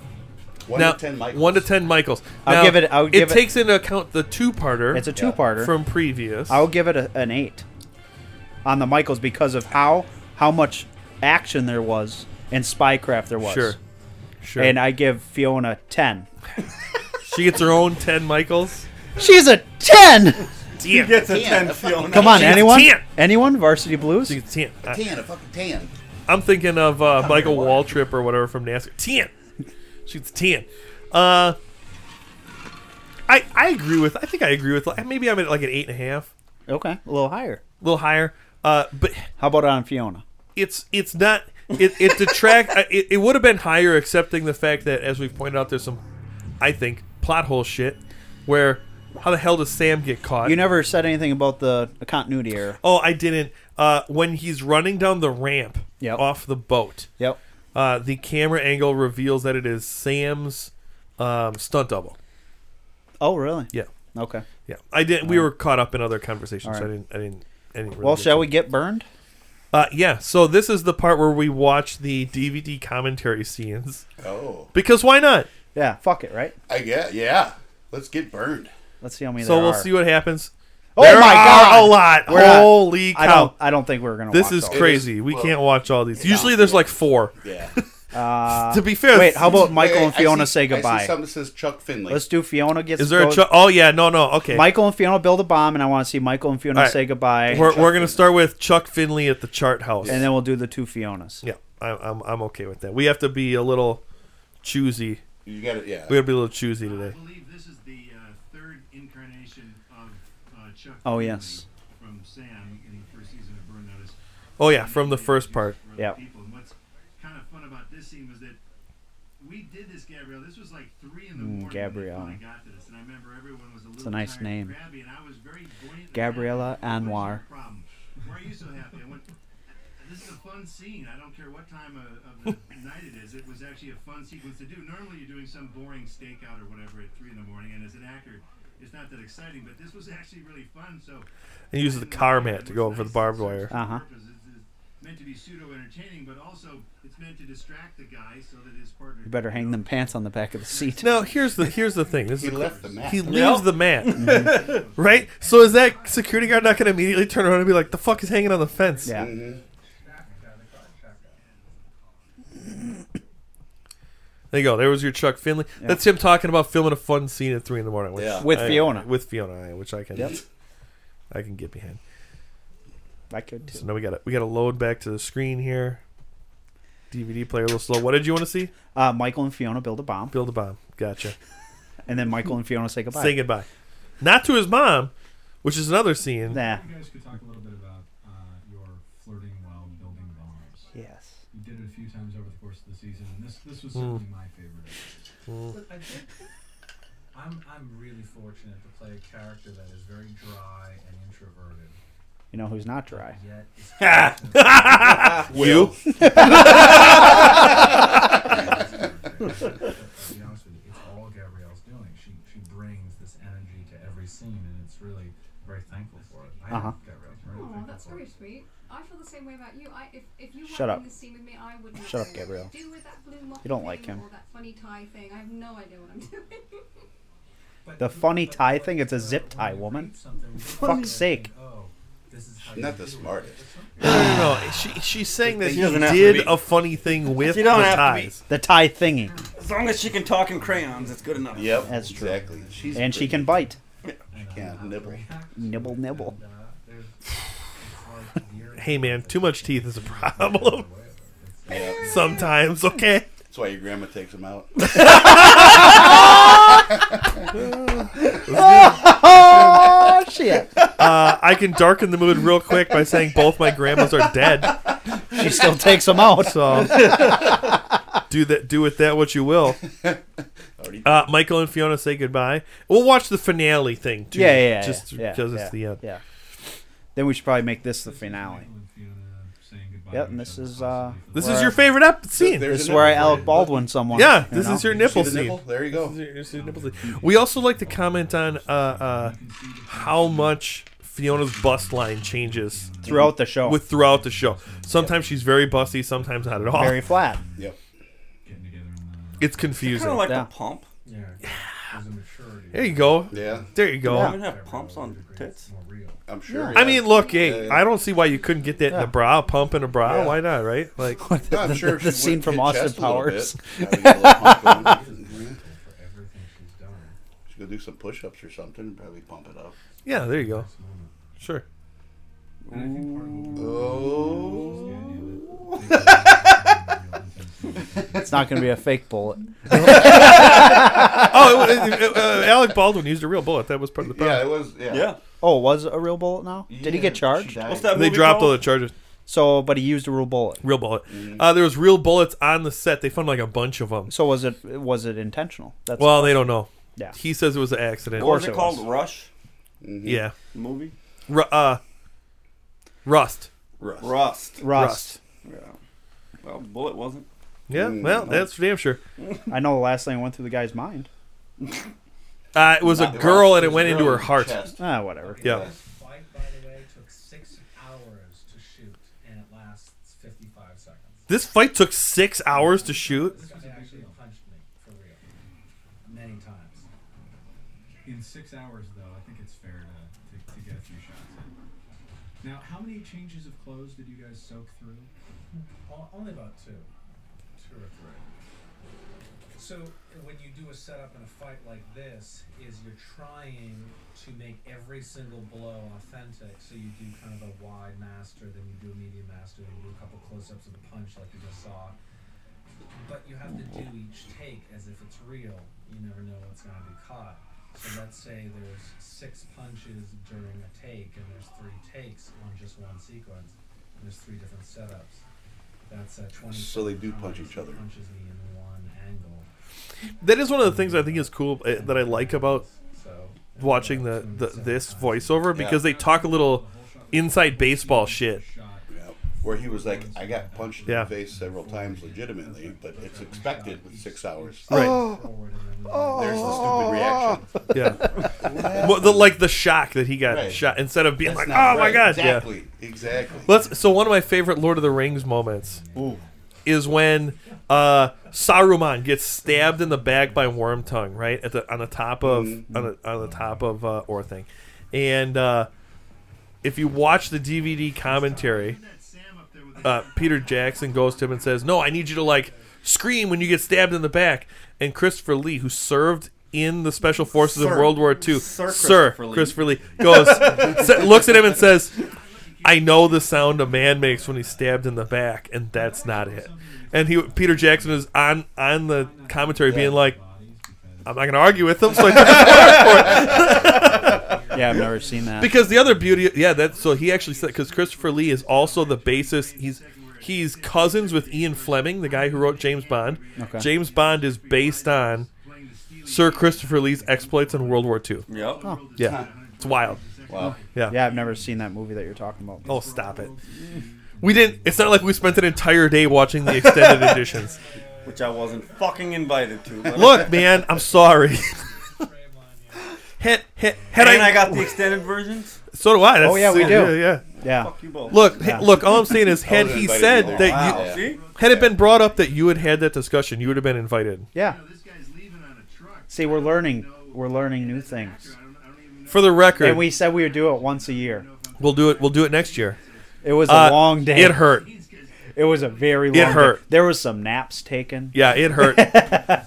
C: One
A: now
C: to ten, Michaels.
A: one to ten Michaels.
B: I'll
A: Now,
B: give it- I would give
A: it
B: it-
A: takes into account the two-parter.
B: It's a two-parter.
A: from previous.
B: I'll give it a, an eight on the Michaels because of how how much action there was and spycraft there was.
A: sure, sure.
B: And I give Fiona ten.
A: she gets her own ten Michaels.
B: She's a ten.
D: He gets a 10 Fiona.
B: Come on,
A: She's a
B: anyone?
A: 10.
B: Anyone? Varsity Blues?
A: She gets ten. I,
C: Tan, a fucking tan.
A: am thinking of uh, Michael Waltrip or whatever from NASCAR. Ten. She gets ten. Uh, I I agree with. I think I agree with. like, Maybe I'm at like an eight and a half,
B: Okay, a little higher.
A: a little higher. Uh, but
B: How about on Fiona?
A: it's it's not it, it detract I- it, it would have been higher accepting the fact that as we've pointed out there's some i think plot hole shit where how the hell does sam get caught
B: You never said anything about the continuity error.
A: oh i didn't uh, when he's running down the ramp
B: Yep.
A: off the boat
B: Yep.
A: uh, the camera angle reveals that it is sam's um, stunt double
B: Oh, really?
A: Yeah,
B: Okay.
A: yeah. I didn't. We were caught up in other conversations, so I
B: Alright.
A: didn't. I didn't. I didn't really
B: Well,
A: get
B: shall
A: to-
B: we get burned?
A: Uh, yeah. So this is the part where we watch the DVD commentary scenes
C: Oh,
A: because why not?
B: Yeah. Fuck it, right?
C: I get. Yeah, let's get burned.
B: Let's see how many.
A: So
B: there
A: we'll
B: are.
A: see what happens.
B: Oh
A: There
B: my
A: are a
B: God.
A: lot.
B: We're not-
A: Holy
B: I
A: cow!
B: don't. I don't think we're gonna.
A: This
B: watch
A: is
B: all of
A: crazy. We can't watch all these. Usually there's like four.
C: Yeah.
B: it. Uh,
A: to be fair,
B: wait, how about
C: Wait,
B: Michael and
C: I see-
B: Fiona say
C: I see
B: goodbye?
C: something that says Chuck Finley.
B: Let's do Fiona gets.
A: is there a?
B: goes-
A: Ch- oh yeah, no, no. Okay,
B: Michael and Fiona build a bomb, and I want to see Michael and Fiona
A: All right.
B: say goodbye,
A: we're, we're gonna start with Chuck Finley at the Chart House,
B: and then we'll do the two Fionas.
A: yeah, I'm, I'm I'm okay with that. We have to be a little choosy.
C: you got it. Yeah.
A: We have to be a little choosy today.
I: I believe this is the uh, third incarnation of uh, Chuck.
B: Oh
I: Finley
B: yes.
I: From Sam in the first season of Burn Notice.
A: Oh yeah, from the first part.
I: For other
B: Yep.
I: People. And what's kind of fun about this scene was that we did this, Gabrielle. This was like three in the
B: Mm,
I: morning. when they
B: Gabrielle.
I: finally got to this, and I remember everyone was a little
B: nice
I: tired
B: name.
I: And crabby, and I was very buoyant and
B: Gabriella
I: happy. What is your
B: Anwar.
I: problem? Why are you so happy? I went. This is a fun scene. I don't care what time of, of the night it is. It was actually a fun sequence to do. Normally, you're doing some boring stakeout or whatever at three in the morning, and as an actor, it's not that exciting. But this was actually really fun. So
A: And uses the car mat to go over the barbed wire.
B: Uh-huh.
I: It's- it's Meant to be pseudo entertaining, but also it's meant to distract the guy so that his partner.
B: You better hang them pants on the back of the seat.
A: Now here's the here's the thing. This
C: he
A: is the-
C: left the map.
A: he leaves the mat,
B: Mm-hmm.
A: right? So is that security guard not gonna immediately turn around and be like, "The fuck is hanging on the fence"?
B: Yeah.
A: There you go. There was your Chuck Finley. That's him talking about filming a fun scene at three in the morning. Which
C: Yeah.
B: With
A: I-
B: Fiona.
A: With Fiona, which I can,
B: Yep.
A: I can get behind.
B: I could too.
A: So now we got to we got to load back to the screen here. DVD player a little slow. What did you want to see?
B: Uh, Michael and Fiona build a bomb,
A: Build a bomb. Gotcha.
B: and then Michael and Fiona say goodbye.
A: Say goodbye. Not to his mom, which is another scene.
B: Nah.
E: You guys could talk a little bit about uh, your flirting while building bombs.
B: Yes. Hmm.
E: You did it a few times over the course of the season, and this this was certainly my favorite. of it. But I think I'm I'm really fortunate to play a character that is very dry and introverted,
B: You know who's not dry?
E: yet is passionate.
A: You?
E: to be honest with you, it's all Gabrielle's doing. She she brings this energy to every scene, and it's really very thankful for it. I
B: Uh-huh.
E: am Gabrielle. I'm really
H: Oh,
E: thankful
H: that's
E: for
H: very
E: it.
H: sweet. I feel the same way about you. I, if, if you
B: Shut
H: were
B: up.
H: in the scene with me, I wouldn't.
B: Shut up,
H: know
B: Gabrielle.
H: What to do with that blue moth
B: You don't like
H: thing
B: him.
H: Or that funny tie thing. I have no idea what I'm doing.
E: But
B: The
E: you-
B: funny
E: but
B: tie
E: when
B: thing, it's a
E: you, uh,
B: zip
E: when
B: tie,
E: you
B: woman.
E: read something, you
B: For fuck's
E: think,
B: sake.
E: Oh, this is how you
C: Not the
E: do it."
C: smartest.
A: No, no, no. She, she's saying that
D: She
A: he
D: doesn't have to
A: did
D: be.
A: a funny thing with
D: She don't
A: the
D: have to be.
A: ties.
B: The tie thingy,
D: As long as she can talk in crayons, it's good enough.
C: Yep.
B: That's true.
C: Exactly. She's
B: and she
C: pretty.
B: can bite.
C: Yeah, nibble.
B: Nibble, nibble.
E: And, uh, there's it's like years
A: Hey man, too much teeth is a problem
E: away. It's-
C: Yeah.
A: sometimes. Okay.
C: That's why your grandma takes them out.
B: Oh shit!
A: Uh, I can darken the mood real quick by saying both my grandmas are dead.
B: She still takes them out.
A: So do that. Do with that what you will.
C: Already-
A: Uh, Michael and Fiona say goodbye. We'll watch the finale thing too.
B: Yeah, yeah, yeah.
A: Just
B: yeah,
A: because
B: yeah,
A: it's the end.
B: Yeah. Then we should probably make this the
E: This is
B: finale.
E: Michael and Fiona saying goodbye
B: Yep,
E: to
B: and
E: each
B: this
E: other,
B: is, uh,
E: possibly for
A: This
E: the-
A: is your favorite ep- scene.
C: There's
B: This is
C: a
B: where I
C: nipple.
B: Alec Baldwin someone.
A: yeah,
B: you
A: this
B: know?
A: is your
C: See
A: nipple
C: the
A: scene.
C: nipple? There you go.
A: This is your nipple scene. Mm-hmm. We also like to comment on uh, uh, how much Fiona's bust line changes
B: throughout the show.
A: with throughout the show. Sometimes she's very busty, sometimes not at all.
B: very flat.
C: Yep.
E: getting together and, uh,
A: it's
D: Kind
A: confusing.
D: of like
B: Yeah.
D: the pump.
E: yeah, there's a maturity.
A: there you go.
C: Yeah.
A: There you go.
B: Yeah.
D: Women have pumps on tits.
E: More real.
C: I'm sure.
A: I mean, look, hey,
C: Yeah.
A: I don't see why you couldn't get that in
B: Yeah.
A: a bra, pump in a bra.
C: Yeah.
A: Why not, right? Like,
C: Yeah, I'm sure
B: the-
C: if
B: the
C: she
B: scene
C: went
B: from
C: hit
B: Austin
C: chest a little
B: Powers.
C: bit, that'd get a little pump going. Yeah.
E: For everything she's done at
C: She could do some push-ups or something and probably pump it up.
A: yeah, there you go.
E: this moment.
A: Sure.
E: And I think part
C: Oh.
E: of what we the idea that they were real intentions.
B: It's not going to be a fake bullet.
A: Oh, it, it, it, uh, Alec Baldwin used a real bullet. That was part of the
C: Yeah,
A: problem.
C: it was. Yeah.
D: Yeah.
B: Oh, was it a real bullet now? Did he
C: Yeah,
B: get
C: she
B: charged?
C: died.
D: What's that
A: they
D: movie
A: dropped all
D: called?
A: the charges.
B: So, but he used a real bullet.
A: Real bullet.
C: Mm-hmm.
A: Uh, there was real bullets on the set. They found like a bunch of them.
B: So was it was it intentional? That's
A: Well, they don't know.
B: yeah.
A: He says it was an accident.
D: What was
B: course
D: it
B: it
D: called?
B: was.
D: Rush?
A: Yeah.
D: The movie?
A: Ru- uh, rust.
C: Rust.
D: Rust.
B: Rust.
D: Yeah. Well, Bullet wasn't.
A: Yeah.
C: Mm.
A: Well, that's for damn sure.
B: I know the last thing that went through the guy's mind.
A: Uh, it was a
C: It was-
A: girl, and
C: it
A: it
C: was
A: went
C: a
A: into
C: girl
A: her
C: in
A: heart.
C: chest.
B: Ah, whatever.
A: Yeah.
C: Yes.
J: fight, by the way, took six hours to shoot, and it lasts 55 seconds.
A: This fight took six hours to shoot.
J: This guy actually punched me for real, many times.
E: In six hours, though, I think it's fair to, to, to get a few shots in. Now, how many changes of clothes did you guys soak through?
J: O- Only about two, two or three. So when you do a setup in a fight like this, is you're trying to make every single blow authentic. So you do kind of a wide master, then you do a medium master, then you do a couple close-ups of the punch, like you just saw. But you have to do each take as if it's real. You never know what's going to be caught. So let's say there's six punches during a take, and there's three takes on just one sequence, and there's three different setups. That's uh, 20.
C: So they do punch each other.
J: Punches me in one angle.
A: That is one of the things I think is cool uh, that I like about
J: So
A: watching the, the this voiceover because they talk a little inside baseball shit.
E: Shot.
C: Yeah. Where he was like, I got punched in
A: Yeah.
C: the face several times legitimately, but it's expected with six hours.
A: Right.
J: forward and then
C: There's the stupid reaction.
A: Yeah. well, the, like the shock that he got
C: Right.
A: shot instead of being like,
C: That's not
A: "Oh my
C: right."
A: god!" Yeah.
C: Exactly. Exactly.
A: Let's. So one of my favorite Lord of the Rings moments is when uh, Saruman gets stabbed in the back by Wormtongue, right at the on the top of on, the, on the top of uh, Orthing, and uh, if you watch the DVD commentary,
I: That Sam up there with the
A: uh, Peter Jackson goes to him and says, "No, I need you to like scream when you get stabbed in the back." And Christopher Lee, who served in the special forces in
G: Sir.
A: World War II,
G: Sir
A: Sir
G: Christopher Lee.
A: Christopher Lee goes, sa- looks at him and says, "I know the sound a man makes when he's stabbed in the back, and that's not it." And he, Peter Jackson, is on on the commentary being like, "I'm not going to argue with him." So I took his word for it.
B: Yeah, I've never seen that.
A: Because the other beauty, yeah, that so he actually said because Christopher Lee is also the basis. He's he's cousins with Ian Fleming, the guy who wrote James Bond.
B: Okay.
A: James Bond is based on
I: playing the Steely
A: Sir Christopher Lee's exploits in World War II.
D: Yep.
A: Yeah, it's wild.
C: Wow.
A: Yeah.
B: yeah, I've never seen that movie that you're talking about.
A: Oh, stop it. We didn't. It's not like we spent an entire day watching the extended editions.
D: Which I wasn't fucking invited to. But
A: Look, man, I'm sorry. had, had, had
D: and
A: I,
D: I got the extended versions.
A: so do I. That's,
B: Oh, yeah, we do.
A: Yeah, yeah.
B: Yeah.
D: Fuck you both.
A: Look, ha- look. All I'm saying is, had
C: wasn't
A: he
C: invited
A: said
C: either.
A: that you,
D: Wow.
C: Yeah.
D: See?
A: Had it been brought up that you had had that discussion, you would have been invited.
B: Yeah.
I: This guy's leaving on a truck.
B: See, we're learning. We're learning new things.
I: I don't, I don't even know.
A: For the record,
B: And
A: we,
B: we said we would do it once a year.
A: will do it. We'll do it next year.
B: It was a
A: Uh,
B: long day.
A: It hurt.
B: It was a very long.
A: It hurt.
B: Day. There was some naps taken.
A: Yeah, it hurt.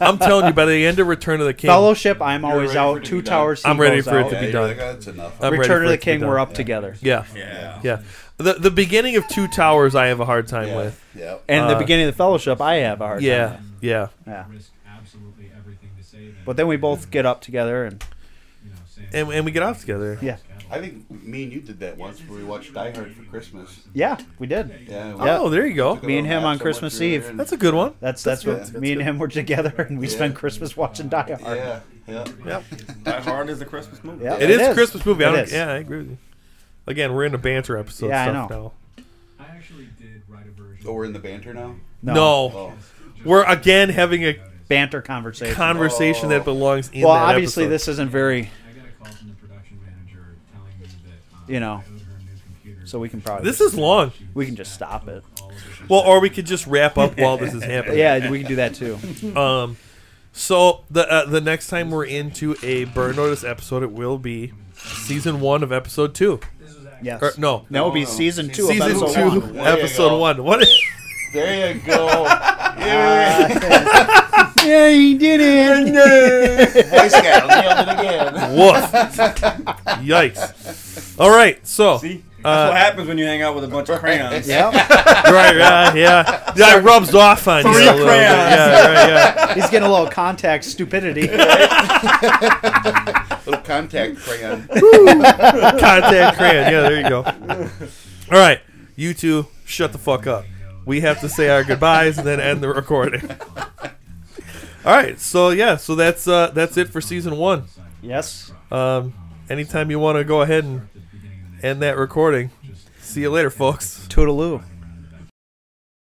A: I'm telling you, by the end of Return of the King,
B: Fellowship. I'm
D: You're
B: always
D: ready for it
B: out.
D: to
B: Two
D: be done.
B: towers.
A: I'm ready for it
B: Seagulls
A: to
B: out.
A: be
C: yeah,
A: done.
C: you're like, "Oh, That's enough.
A: I'm ready
B: Return
A: for
B: of the
A: it to be
B: King.
A: done.
B: We're up together.
A: Yeah,
D: Yeah.
A: yeah. The the beginning of Two Towers, I have a hard time
C: yeah.
A: with.
C: Yeah.
B: And the
A: Uh,
B: beginning of the fellowship, I have a hard
A: Yeah,
B: time.
A: yeah.
B: Yeah.
E: Risk absolutely everything to save it.
B: But then we both get up together and
E: You know, Sam
A: And and we get off together.
B: yeah,
C: I think me and you did that once where we watched Die Hard for Christmas.
B: yeah, we did.
C: Yeah. we
A: Oh, there you go.
C: took a
B: Me and
C: little
B: him
C: nap
B: on
C: so much
B: Christmas
C: we were
B: Eve.
C: in-
A: That's a good one.
B: That's that's,
C: good.
B: what
C: That's
B: me and him were together, and we
C: Yeah.
B: spent Christmas watching Die Hard.
C: Yeah. Yeah.
A: Yeah,
D: Die Hard is a Christmas movie.
B: Yeah.
A: it
B: It
A: is a
B: is.
A: Christmas movie. I
B: It
A: don't,
B: is.
A: yeah, I agree with you. Again, we're in a banter episode
B: Yeah, I
A: stuff
B: know.
E: I actually did write a version.
C: Oh, we're in the banter now.
A: now. No,
B: No,
C: Oh.
A: we're again having a
B: banter conversation.
A: conversation that belongs in.
B: well,
A: that
B: obviously,
A: episode.
B: this isn't very,
E: I got a call from the production manager telling me that um,
B: You know.
E: I owed her a new computer.
B: so we can probably
A: this is long.
B: we can just stop it.
E: all of this
A: Well, or we could just wrap up while this is happening.
B: Yeah, we can do that too.
A: Um, so the uh, the next time we're into a burn notice episode, it will be season one of episode two.
B: Yes.
A: Or, no,
B: No, it'll be
C: No, no.
B: season two. of
A: season two,
B: episode one.
C: one. There
A: episode
C: you go.
A: one. What? is-
C: There you go. Yeah. Ah.
B: Yeah, he did it.
C: Boy Scout nailed it again.
A: Woof! Yikes! All right, so
D: See?
A: Uh,
D: That's what happens when you hang out with a bunch of crayons.
B: Yep.
A: right, yeah, yeah, yeah, it rubs off on you a
D: Three
A: little bit.
D: crayons.
A: Yeah, right, yeah.
B: He's getting a little contact stupidity.
C: Little contact crayon.
A: Contact crayon. Yeah, there you go. All right, you two, shut the fuck up. We have to say our goodbyes and then end the recording. All right, so yeah, so that's uh, that's it for season one.
B: Yes.
A: Um, anytime you want to go ahead and end that recording, see you later, folks.
B: Toodaloo.